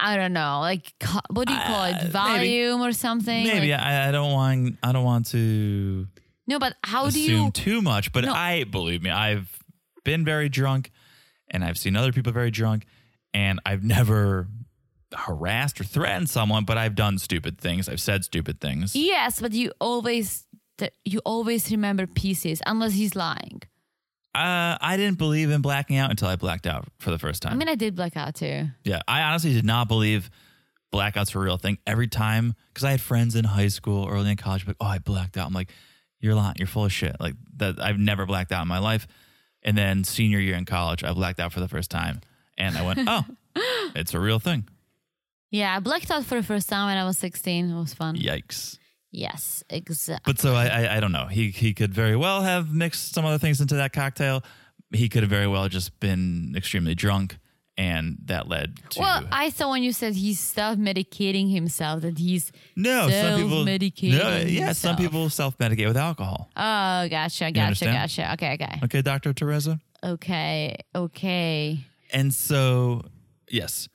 Speaker 5: I don't know, like co- what do you call it, volume or something?
Speaker 4: Uh, Maybe
Speaker 5: Like-
Speaker 4: I, I don't want I don't want to
Speaker 5: no, but how Oh, do
Speaker 4: assume
Speaker 5: you?
Speaker 4: too much, but
Speaker 5: No.
Speaker 4: I believe me, I've been very drunk and I've seen other people very drunk and I've never harassed or threatened someone, but I've done stupid things. I've said stupid things.
Speaker 5: Yes, but you always th- you always remember pieces unless he's lying.
Speaker 4: Uh, I didn't believe in blacking out until I blacked out for the first time.
Speaker 5: I mean, I did black out too.
Speaker 4: yeah, I honestly did not believe blackouts were a real thing every time because I had friends in high school, early in college, like, oh, I blacked out. I'm like, you're lying, you're full of shit. Like that, I've never blacked out in my life. And then senior year in college, I blacked out for the first time, and I went,
Speaker 5: <laughs>
Speaker 4: oh, it's a real thing.
Speaker 5: Yeah, I blacked out for the first time when I was 16. It was fun.
Speaker 4: Yikes.
Speaker 5: Yes, exactly.
Speaker 4: But so I, I, I don't know. He he could very well have mixed some other things into that cocktail. He could have very well just been extremely drunk, and that led to
Speaker 5: Well, I saw when you said he's self medicating himself, that he's.
Speaker 4: no. Some people
Speaker 5: self-medicating
Speaker 4: No, yeah,
Speaker 5: himself.
Speaker 4: some people self medicate with alcohol.
Speaker 5: Oh, gotcha, gotcha,
Speaker 4: understand?
Speaker 5: gotcha. Okay, okay.
Speaker 4: Okay, Doctor Teresa.
Speaker 5: Okay, okay.
Speaker 4: And so, yes,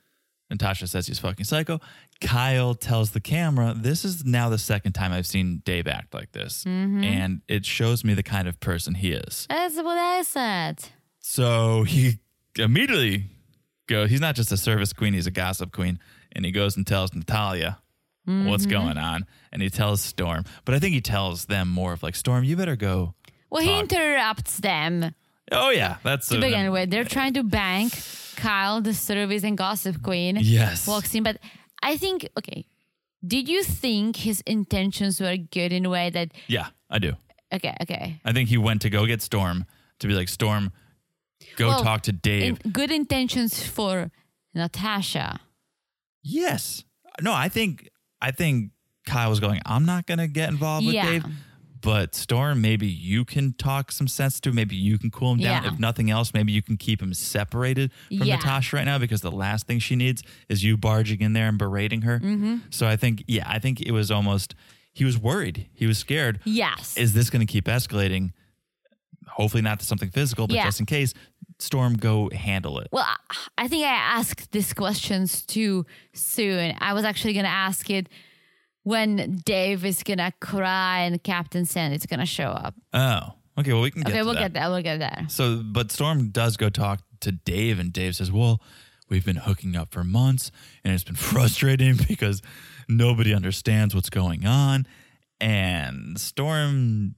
Speaker 4: Natasha says he's fucking psycho. Kyle tells the camera, this is now the second time I've seen Dave act like this. And it shows me the kind of person he is.
Speaker 5: That's what I said.
Speaker 4: So he immediately goes, he's not just a service queen, he's a gossip queen. And he goes and tells Natalia what's going on. And he tells Storm, but I think he tells them more of like, Storm, you better go.
Speaker 5: Well, he
Speaker 4: Talk.
Speaker 5: interrupts them
Speaker 4: Oh, yeah, that's
Speaker 5: to
Speaker 4: a-
Speaker 5: begin with. They're trying to bank Kyle, the service and gossip queen.
Speaker 4: Yes.
Speaker 5: Walks in, but I think, okay. Did you think his intentions were good in a way that,
Speaker 4: Yeah, I do.
Speaker 5: okay, okay.
Speaker 4: I think he went to go get Storm to be like, Storm, go
Speaker 5: Well,
Speaker 4: talk to Dave.
Speaker 5: in good intentions for Natasha.
Speaker 4: yes. No, I think I think Kyle was going, I'm not gonna get involved with
Speaker 5: Yeah.
Speaker 4: Dave. But Storm, maybe you can talk some sense to. him. Maybe you can cool him down.
Speaker 5: Yeah.
Speaker 4: If nothing else, maybe you can keep him separated from
Speaker 5: Yeah.
Speaker 4: Natasha right now because the last thing she needs is you barging in there and berating her.
Speaker 5: Mm-hmm.
Speaker 4: So I think, yeah, I think it was almost he was worried. He was scared.
Speaker 5: Yes.
Speaker 4: is this going to keep escalating? Hopefully not to something physical, but
Speaker 5: Yeah.
Speaker 4: just in case, Storm, go handle it.
Speaker 5: well, I- I think I asked these questions too soon. I was actually going to ask it when Dave is going to cry and Captain Sand is going to show up.
Speaker 4: Oh, okay. Well, we can get
Speaker 5: okay,
Speaker 4: to
Speaker 5: we'll
Speaker 4: that.
Speaker 5: get there. We'll get there.
Speaker 4: So, but Storm does go talk to Dave, and Dave says, "Well, we've been hooking up for months, and it's been <laughs> frustrating because nobody understands what's going on." And Storm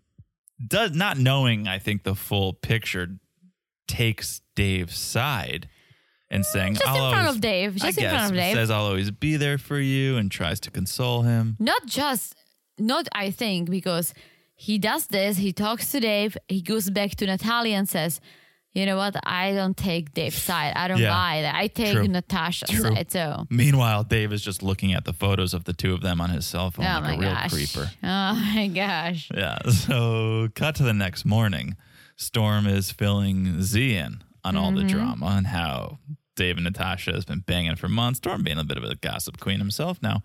Speaker 4: does not knowing, I think, the full picture, takes Dave's side and saying,
Speaker 5: Just in
Speaker 4: "I'll
Speaker 5: front
Speaker 4: always-
Speaker 5: of Dave.
Speaker 4: I
Speaker 5: Just in
Speaker 4: guess,
Speaker 5: front of Dave.
Speaker 4: Says, "I'll always be there for you," and tries to console him.
Speaker 5: Not just, not I think, because he does this, he talks to Dave, he goes back to Natalia and says, you know what? I don't take Dave's side. I don't
Speaker 4: Yeah.
Speaker 5: buy that. I take
Speaker 4: True.
Speaker 5: Natasha's
Speaker 4: True. Oh,
Speaker 5: side. So.
Speaker 4: Meanwhile, Dave is just looking at the photos of the two of them on his cell phone,
Speaker 5: Oh
Speaker 4: like
Speaker 5: my
Speaker 4: a real
Speaker 5: gosh.
Speaker 4: creeper.
Speaker 5: <laughs> Oh my gosh.
Speaker 4: Yeah. <laughs> So cut to the next morning. Storm is filling Z in on all
Speaker 5: Mm-hmm.
Speaker 4: the drama and how Dave and Natasha has been banging for months. Storm being a bit of a gossip queen himself now.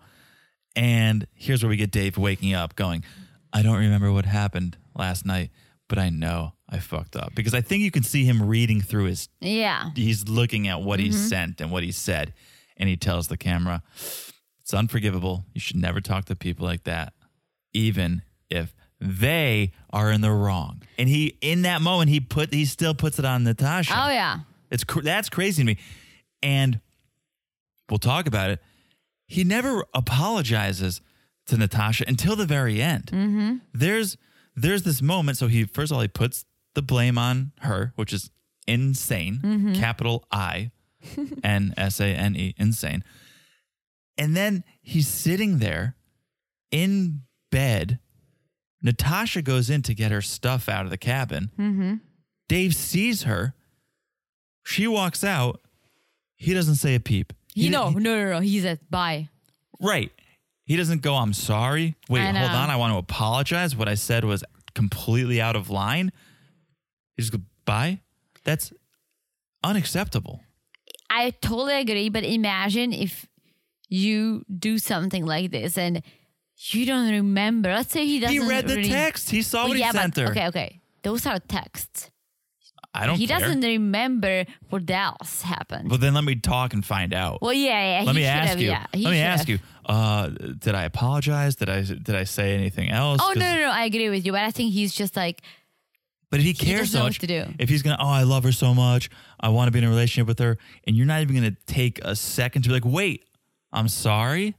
Speaker 4: And here's where we get Dave waking up going, I don't remember what happened last night, but I know I fucked up. Because I think you can see him reading through his
Speaker 5: Yeah.
Speaker 4: he's looking at what he
Speaker 5: Mm-hmm.
Speaker 4: sent and what he said, and he tells the camera, "It's unforgivable. You should never talk to people like that, even if they are in the wrong." And he, in that moment, he put he still puts it on Natasha.
Speaker 5: Oh yeah.
Speaker 4: It's cr- that's crazy to me, and we'll talk about it. He never apologizes to Natasha until the very end. Mm-hmm. There's there's this moment. So he first of all he puts the blame on her, which is insane.
Speaker 5: Mm-hmm.
Speaker 4: Capital
Speaker 5: <laughs>
Speaker 4: I N S A N E insane. And then he's sitting there in bed. Natasha goes in to get her stuff out of the cabin.
Speaker 5: Mm-hmm.
Speaker 4: Dave sees her. She walks out. He doesn't say a peep.
Speaker 5: You
Speaker 4: He-
Speaker 5: know, no, no, no. He said bye.
Speaker 4: Right. He doesn't go, I'm sorry. Wait,
Speaker 5: I know.
Speaker 4: hold on. I want to apologize. What I said was completely out of line. He just goes, bye. That's unacceptable.
Speaker 5: I totally agree, but imagine if you do something like this and you don't remember. Let's say he doesn't.
Speaker 4: He read the
Speaker 5: really- Oh,
Speaker 4: text. He saw
Speaker 5: Well,
Speaker 4: what
Speaker 5: yeah,
Speaker 4: he sent
Speaker 5: but,
Speaker 4: her.
Speaker 5: Okay, okay. Those are texts.
Speaker 4: I don't
Speaker 5: He
Speaker 4: care.
Speaker 5: doesn't remember what else happened.
Speaker 4: But then let me talk and find out.
Speaker 5: well, yeah, yeah.
Speaker 4: let
Speaker 5: he
Speaker 4: me
Speaker 5: should
Speaker 4: ask
Speaker 5: have,
Speaker 4: you.
Speaker 5: Yeah, he
Speaker 4: let me
Speaker 5: should
Speaker 4: ask
Speaker 5: have.
Speaker 4: you. Uh, did I apologize? Did I did I say anything else?
Speaker 5: Oh
Speaker 4: 'Cause-
Speaker 5: no, no, no! I agree with you, but I think he's just like
Speaker 4: But if he
Speaker 5: doesn't
Speaker 4: cares so
Speaker 5: know what
Speaker 4: much,
Speaker 5: to do.
Speaker 4: if he's gonna, oh, I love her so much, I want to be in a relationship with her, and you're not even gonna take a second to be like, wait, I'm sorry.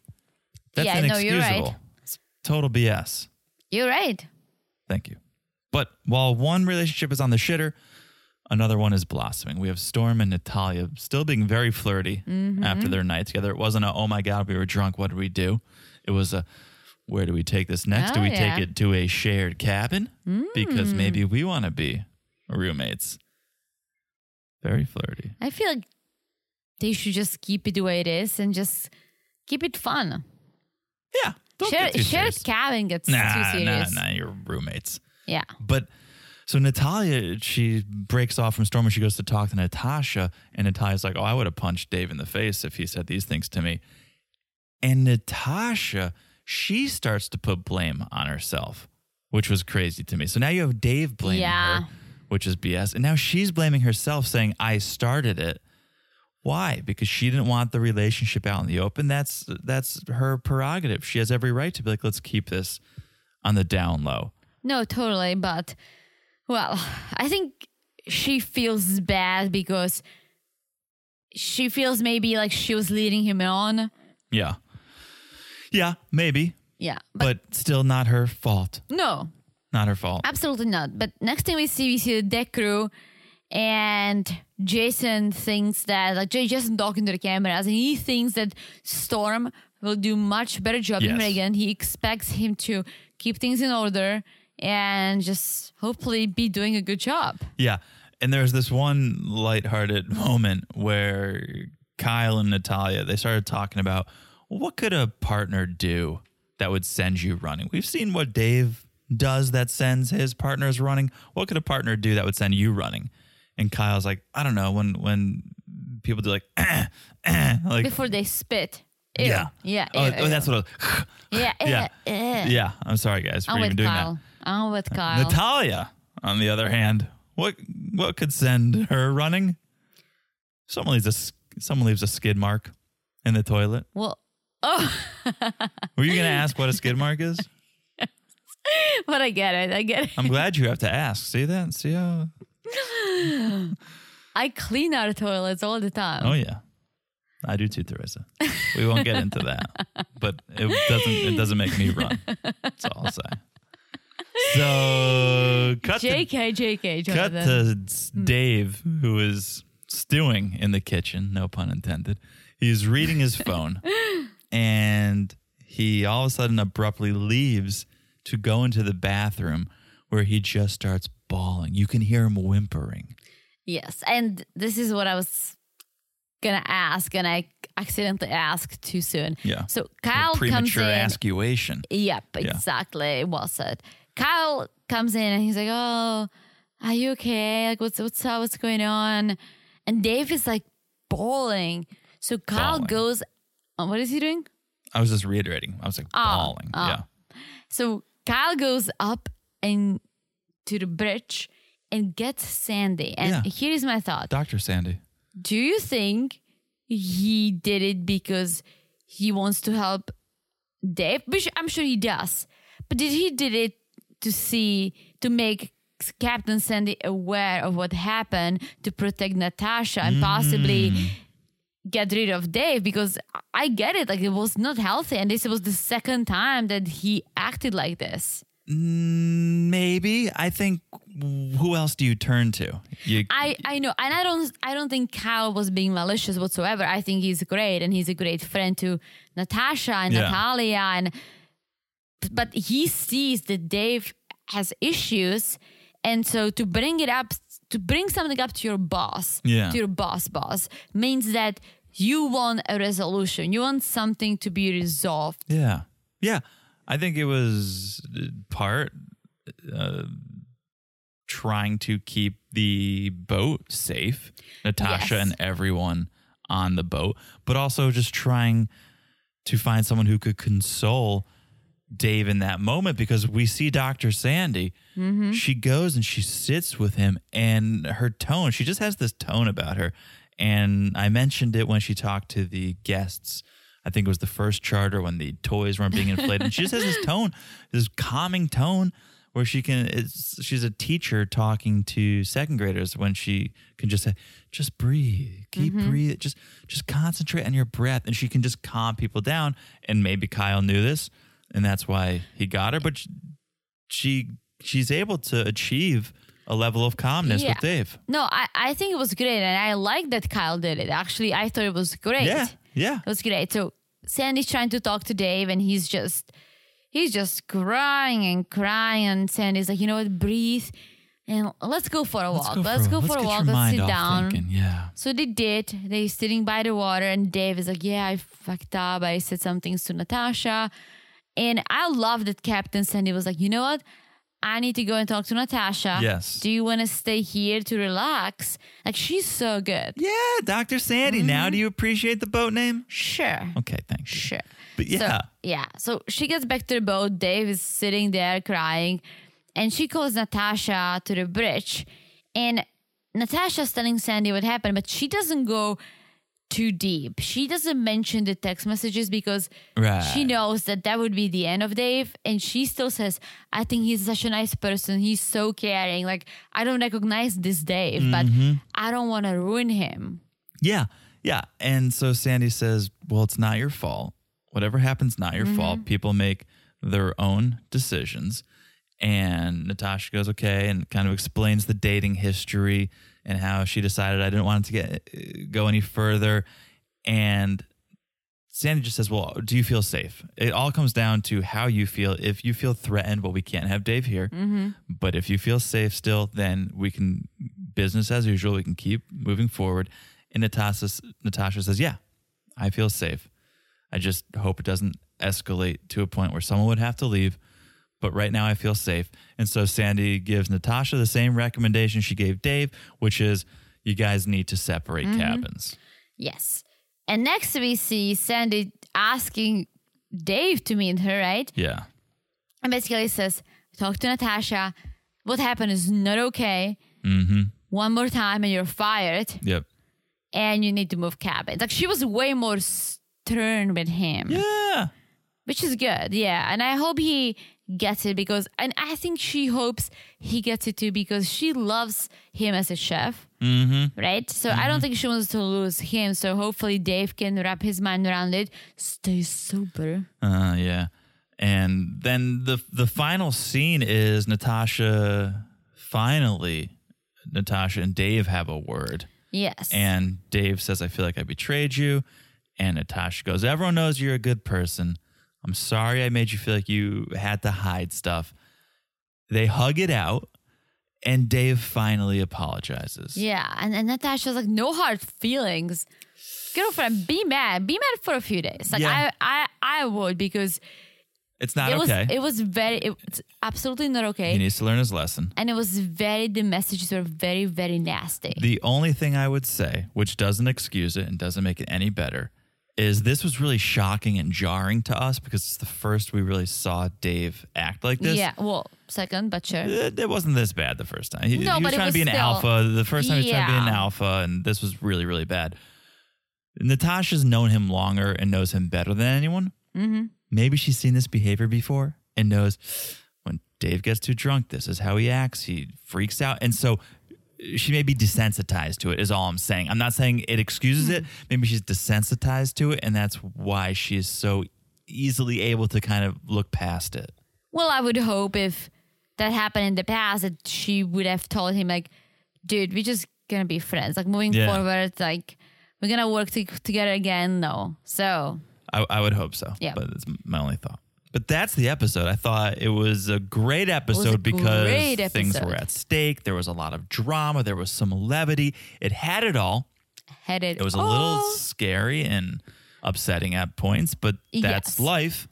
Speaker 4: That's
Speaker 5: Yeah, no,
Speaker 4: inexcusable.
Speaker 5: you're right.
Speaker 4: It's total BS.
Speaker 5: you're right.
Speaker 4: Thank you. But while one relationship is on the shitter, another one is blossoming. We have Storm and Natalia still being very flirty
Speaker 5: Mm-hmm.
Speaker 4: after their night together. It wasn't a, oh my God, we were drunk. What did we do? It was a, where do we take this next? do
Speaker 5: Oh,
Speaker 4: we
Speaker 5: yeah. Mm.
Speaker 4: take it to a shared cabin? Because maybe we want to be roommates. Very flirty.
Speaker 5: I feel like they should just keep it the way it is and just keep it fun.
Speaker 4: Yeah. Don't
Speaker 5: Share,
Speaker 4: get too
Speaker 5: shared
Speaker 4: serious.
Speaker 5: cabin gets too
Speaker 4: Nah, nah,
Speaker 5: serious.
Speaker 4: nah, you're roommates.
Speaker 5: Yeah.
Speaker 4: But so Natalia, she breaks off from Storm and she goes to talk to Natasha. And Natalia's like, Oh, I would have punched Dave in the face if he said these things to me. And Natasha, she starts to put blame on herself, which was crazy to me. So now you have Dave blaming
Speaker 5: Yeah.
Speaker 4: her, which is BS. And now she's blaming herself, saying, I started it. Why? Because she didn't want the relationship out in the open. That's that's her prerogative. She has every right to be like, let's keep this on the down low.
Speaker 5: No, totally. But, well, I think she feels bad because she feels maybe like she was leading him on.
Speaker 4: Yeah. Yeah, maybe,
Speaker 5: Yeah. But,
Speaker 4: but, still not her fault.
Speaker 5: no,
Speaker 4: Not her fault.
Speaker 5: absolutely not. But next thing we see, we see the deck crew and Jason thinks that, like, J- Jason talking to the cameras and he thinks that Storm will do much better job than
Speaker 4: Yes.
Speaker 5: Reagan. He expects him to keep things in order and just hopefully be doing a good job.
Speaker 4: yeah. And there's this one lighthearted <laughs> moment where Kyle and Natalia, they started talking about what could a partner do that would send you running? We've seen what Dave does that sends his partners running. What could a partner do that would send you running? And Kyle's like, I don't know, when when people do like <clears throat> like
Speaker 5: before they spit. Ew.
Speaker 4: yeah.
Speaker 5: Yeah.
Speaker 4: Oh,
Speaker 5: ew,
Speaker 4: oh,
Speaker 5: ew.
Speaker 4: that's what <clears throat> I
Speaker 5: yeah.
Speaker 4: yeah.
Speaker 5: ew, ew.
Speaker 4: Yeah, I'm sorry guys for
Speaker 5: I'm
Speaker 4: even
Speaker 5: with
Speaker 4: doing that.
Speaker 5: Kyle. I'm with Kyle.
Speaker 4: Natalia, on the other hand, what what could send her running? Someone leaves a s- someone leaves a skid mark in the toilet.
Speaker 5: well, oh, <laughs>
Speaker 4: Were you going to ask what a skid mark is?
Speaker 5: but I get it. I get it.
Speaker 4: I'm glad you have to ask. See that? See how?
Speaker 5: I clean out toilets all the time.
Speaker 4: Oh yeah, I do too, Teresa. We won't get into that, but it doesn't it doesn't make me run. That's all I'll say. So cut to
Speaker 5: JK, JK,
Speaker 4: Cut
Speaker 5: Jonathan.
Speaker 4: to s-
Speaker 5: Hmm.
Speaker 4: Dave, who is stewing in the kitchen, no pun intended. He's
Speaker 5: <laughs>
Speaker 4: reading his phone and he all of a sudden abruptly leaves to go into the bathroom where he just starts bawling. You can hear him whimpering.
Speaker 5: Yes. And this is what I was going to ask, and I accidentally asked too soon.
Speaker 4: Yeah.
Speaker 5: So
Speaker 4: A
Speaker 5: Kyle comes in.
Speaker 4: premature ascuation.
Speaker 5: Yep,
Speaker 4: Yeah.
Speaker 5: exactly. It was it. Kyle comes in and he's like, "Oh, are you okay? Like, what's what's up? What's going on?" And Dave is like bawling. So Kyle
Speaker 4: Bawling.
Speaker 5: goes, oh, "What is he doing?"
Speaker 4: I was just reiterating. I was like bawling.
Speaker 5: oh.
Speaker 4: Yeah.
Speaker 5: So Kyle goes up and to the bridge and gets Sandy. And
Speaker 4: Yeah.
Speaker 5: here is my thought:
Speaker 4: Dr. Sandy.
Speaker 5: Do you think he did it because he wants to help Dave? Which I'm sure he does. But did he did it to see to make Captain Sandy aware of what happened to protect Natasha and possibly get rid of Dave? Because I get it, like it was not healthy, and this was the second time that he acted like this.
Speaker 4: Mm, Maybe. I think who else do you turn to? You,
Speaker 5: I, I know, and I don't I don't think Kyle was being malicious whatsoever. I think he's great, and he's a great friend to Natasha and
Speaker 4: Yeah.
Speaker 5: Natalia, and but he sees that Dave has issues, and so to bring it up, to bring something up to your boss,
Speaker 4: Yeah.
Speaker 5: to your boss boss, means that you want a resolution, you want something to be resolved.
Speaker 4: Yeah. Yeah. I think it was uh, part uh, trying to keep the boat safe, Natasha
Speaker 5: Yes.
Speaker 4: and everyone on the boat, but also just trying to find someone who could console Dave in that moment because we see Dr. Sandy. She goes and she sits with him, and her tone, she just has this tone about her. And I mentioned it when she talked to the guests. I think it was the first charter when the toys weren't being inflated. and she just has this tone, this calming tone where she can, it's, she's a teacher talking to second graders when she can just say, just breathe, keep
Speaker 5: Mm-hmm.
Speaker 4: breathing, just, just concentrate on your breath. And she can just calm people down. And maybe Kyle knew this and that's why he got her. But she- she she's able to achieve a level of calmness with
Speaker 5: Yeah.
Speaker 4: Dave.
Speaker 5: No, I, I think it was great, and I like that Kyle did it. Actually, I thought it was great.
Speaker 4: Yeah, yeah.
Speaker 5: It was great. So Sandy's trying to talk to Dave, and he's just he's just crying and crying, and Sandy's like, you know what, breathe, and let's go for a walk. Let's go for a walk. Let's sit down. Mm-hmm.
Speaker 4: Thinking. Yeah,
Speaker 5: So they did. They sitting by the water, and Dave is like, "Yeah, I fucked up. I said some things to Natasha." And I love that Captain Sandy was like, "You know what? I need to go and talk to Natasha.
Speaker 4: Yes.
Speaker 5: Do you want to stay here to relax? Like she's so good.
Speaker 4: yeah. Doctor Sandy.
Speaker 5: Mm-hmm.
Speaker 4: Now, do you appreciate the boat name?
Speaker 5: Sure.
Speaker 4: Okay, thanks.
Speaker 5: Sure.
Speaker 4: But yeah,
Speaker 5: So, yeah. So she gets back to the boat. Dave is sitting there crying. And she calls Natasha to the bridge. And Natasha's telling Sandy what happened, but she doesn't go too deep. She doesn't mention the text messages because
Speaker 4: Right.
Speaker 5: she knows that that would be the end of Dave. And she still says, I think he's such a nice person. He's so caring. Like, I don't recognize this Dave,
Speaker 4: Mm-hmm.
Speaker 5: but I don't want to ruin him.
Speaker 4: yeah, yeah. And so Sandy says, "Well, it's not your fault. Whatever happens, not your fault. People make their own decisions." And Natasha goes, okay, and kind of explains the dating history and how she decided I didn't want it to get uh, go any further. And Sandy just says, Well, do you feel safe? It all comes down to how you feel. If you feel threatened, well, we can't have Dave here. But if you feel safe still, then we can business as usual. We can keep moving forward. And Natasha, s- Natasha says, Yeah, I feel safe. I just hope it doesn't escalate to a point where someone would have to leave. But right now, I feel safe. And so Sandy gives Natasha the same recommendation she gave Dave, which is you guys need to separate cabins.
Speaker 5: Yes. And next we see Sandy asking Dave to meet her, right?
Speaker 4: Yeah.
Speaker 5: And basically says, talk to Natasha. What happened is not okay. Mm-hmm. One more time and you're fired
Speaker 4: Yep.
Speaker 5: and you need to move cabins. Like she was way more stern with him,
Speaker 4: Yeah.
Speaker 5: which is good. Yeah. And I hope he gets it because, and I think she hopes he gets it too because she loves him as a chef
Speaker 4: Mm-hmm.
Speaker 5: right? So I don't think she wants to lose him. So hopefully Dave can wrap his mind around it. Stay sober.
Speaker 4: Uh, yeah. And then the the final scene is Natasha finally Natasha and Dave have a word.
Speaker 5: Yes.
Speaker 4: And Dave says, I feel like I betrayed you. And Natasha goes, Everyone knows you're a good person. I'm sorry I made you feel like you had to hide stuff. They hug it out, and Dave finally apologizes.
Speaker 5: yeah. And, and Natasha's like, no hard feelings. Girlfriend, be mad. Be mad for a few days. Like
Speaker 4: Yeah.
Speaker 5: I, I, I would because
Speaker 4: It's not
Speaker 5: it was
Speaker 4: okay.
Speaker 5: it was very it's absolutely not okay.
Speaker 4: he needs to learn his lesson.
Speaker 5: and it was very the messages were very, very nasty.
Speaker 4: The only thing I would say, which doesn't excuse it and doesn't make it any better, is this was really shocking and jarring to us because it's the first we really saw Dave act like this.
Speaker 5: yeah. Well, second, but sure.
Speaker 4: It, it wasn't this bad the first time. He,
Speaker 5: No,
Speaker 4: he was
Speaker 5: but it
Speaker 4: trying
Speaker 5: was
Speaker 4: to be an
Speaker 5: still-
Speaker 4: alpha. The first time he was trying to be an
Speaker 5: Yeah.
Speaker 4: alpha, and this was really, really bad. Natasha's known him longer and knows him better than anyone. Mm-hmm. Maybe she's seen this behavior before and knows when Dave gets too drunk, this is how he acts. He freaks out. And so she may be desensitized to it, is all I'm saying. I'm not saying it excuses it.
Speaker 5: Mm-hmm.
Speaker 4: Maybe she's desensitized to it, and that's why she is so easily able to kind of look past it.
Speaker 5: Well, I would hope if that happened in the past that she would have told him like, dude, we just gonna be friends. Like moving
Speaker 4: Yeah.
Speaker 5: forward, like we're gonna work to- together again. No, so
Speaker 4: I, I would hope so.
Speaker 5: Yeah.
Speaker 4: But that's my only thought. But that's the episode. I thought it was a great episode because
Speaker 5: great
Speaker 4: things
Speaker 5: episode.
Speaker 4: were at stake. There was a lot of drama. There was some levity. It had it all.
Speaker 5: headed. Oh,
Speaker 4: It was a little scary and upsetting at points, but that's
Speaker 5: Yes.
Speaker 4: life.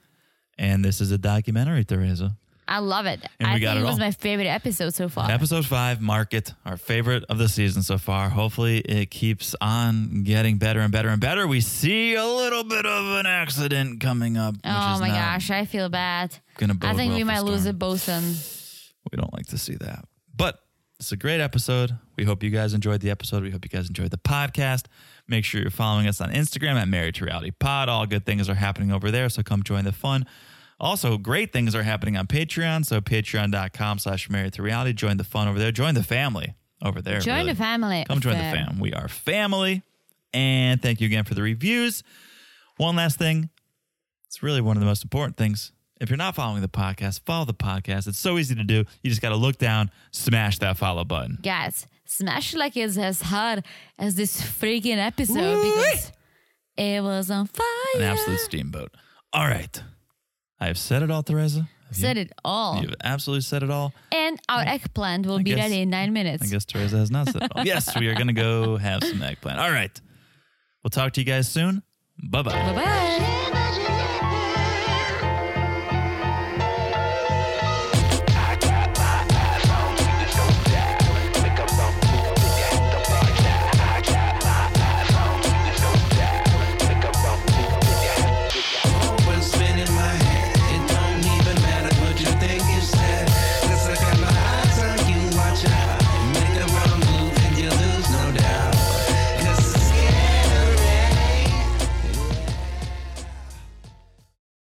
Speaker 4: And this is a documentary, Teresa.
Speaker 5: I love it.
Speaker 4: And
Speaker 5: I
Speaker 4: we got
Speaker 5: think
Speaker 4: it
Speaker 5: it was
Speaker 4: all.
Speaker 5: my favorite episode so far.
Speaker 4: Episode five, Market, our favorite of the season so far. Hopefully, it keeps on getting better and better and better. We see a little bit of an accident coming up. Which
Speaker 5: oh
Speaker 4: is
Speaker 5: my
Speaker 4: not-
Speaker 5: gosh, I feel bad.
Speaker 4: gonna bode
Speaker 5: I think
Speaker 4: well
Speaker 5: we
Speaker 4: for
Speaker 5: might lose
Speaker 4: Storm.
Speaker 5: a bosun.
Speaker 4: We don't like to see that. But it's a great episode. We hope you guys enjoyed the episode. We hope you guys enjoyed the podcast. Make sure you're following us on Instagram at Married to Reality Pod. All good things are happening over there, so come join the fun. Also, great things are happening on Patreon. So patreon.com slash married to reality. Join the fun over there. Join the family over there.
Speaker 5: Join
Speaker 4: really.
Speaker 5: the family.
Speaker 4: Come join the
Speaker 5: Okay.
Speaker 4: fam. We are family. And thank you again for the reviews. One last thing. It's really one of the most important things. If you're not following the podcast, follow the podcast. It's so easy to do. You just got to look down, smash that follow button.
Speaker 5: Guys, smash like it's as hard as this freaking episode because it was on fire.
Speaker 4: An absolute steamboat. All right. I have said it all, Teresa. Have you-
Speaker 5: Said it all.
Speaker 4: You've absolutely said it all.
Speaker 5: And our eggplant will be
Speaker 4: guess-
Speaker 5: ready in nine minutes.
Speaker 4: I guess Teresa has not
Speaker 5: <laughs>
Speaker 4: said it all. yes, we are going to go have some eggplant. All right. We'll talk to you guys soon. Bye bye.
Speaker 5: Bye bye.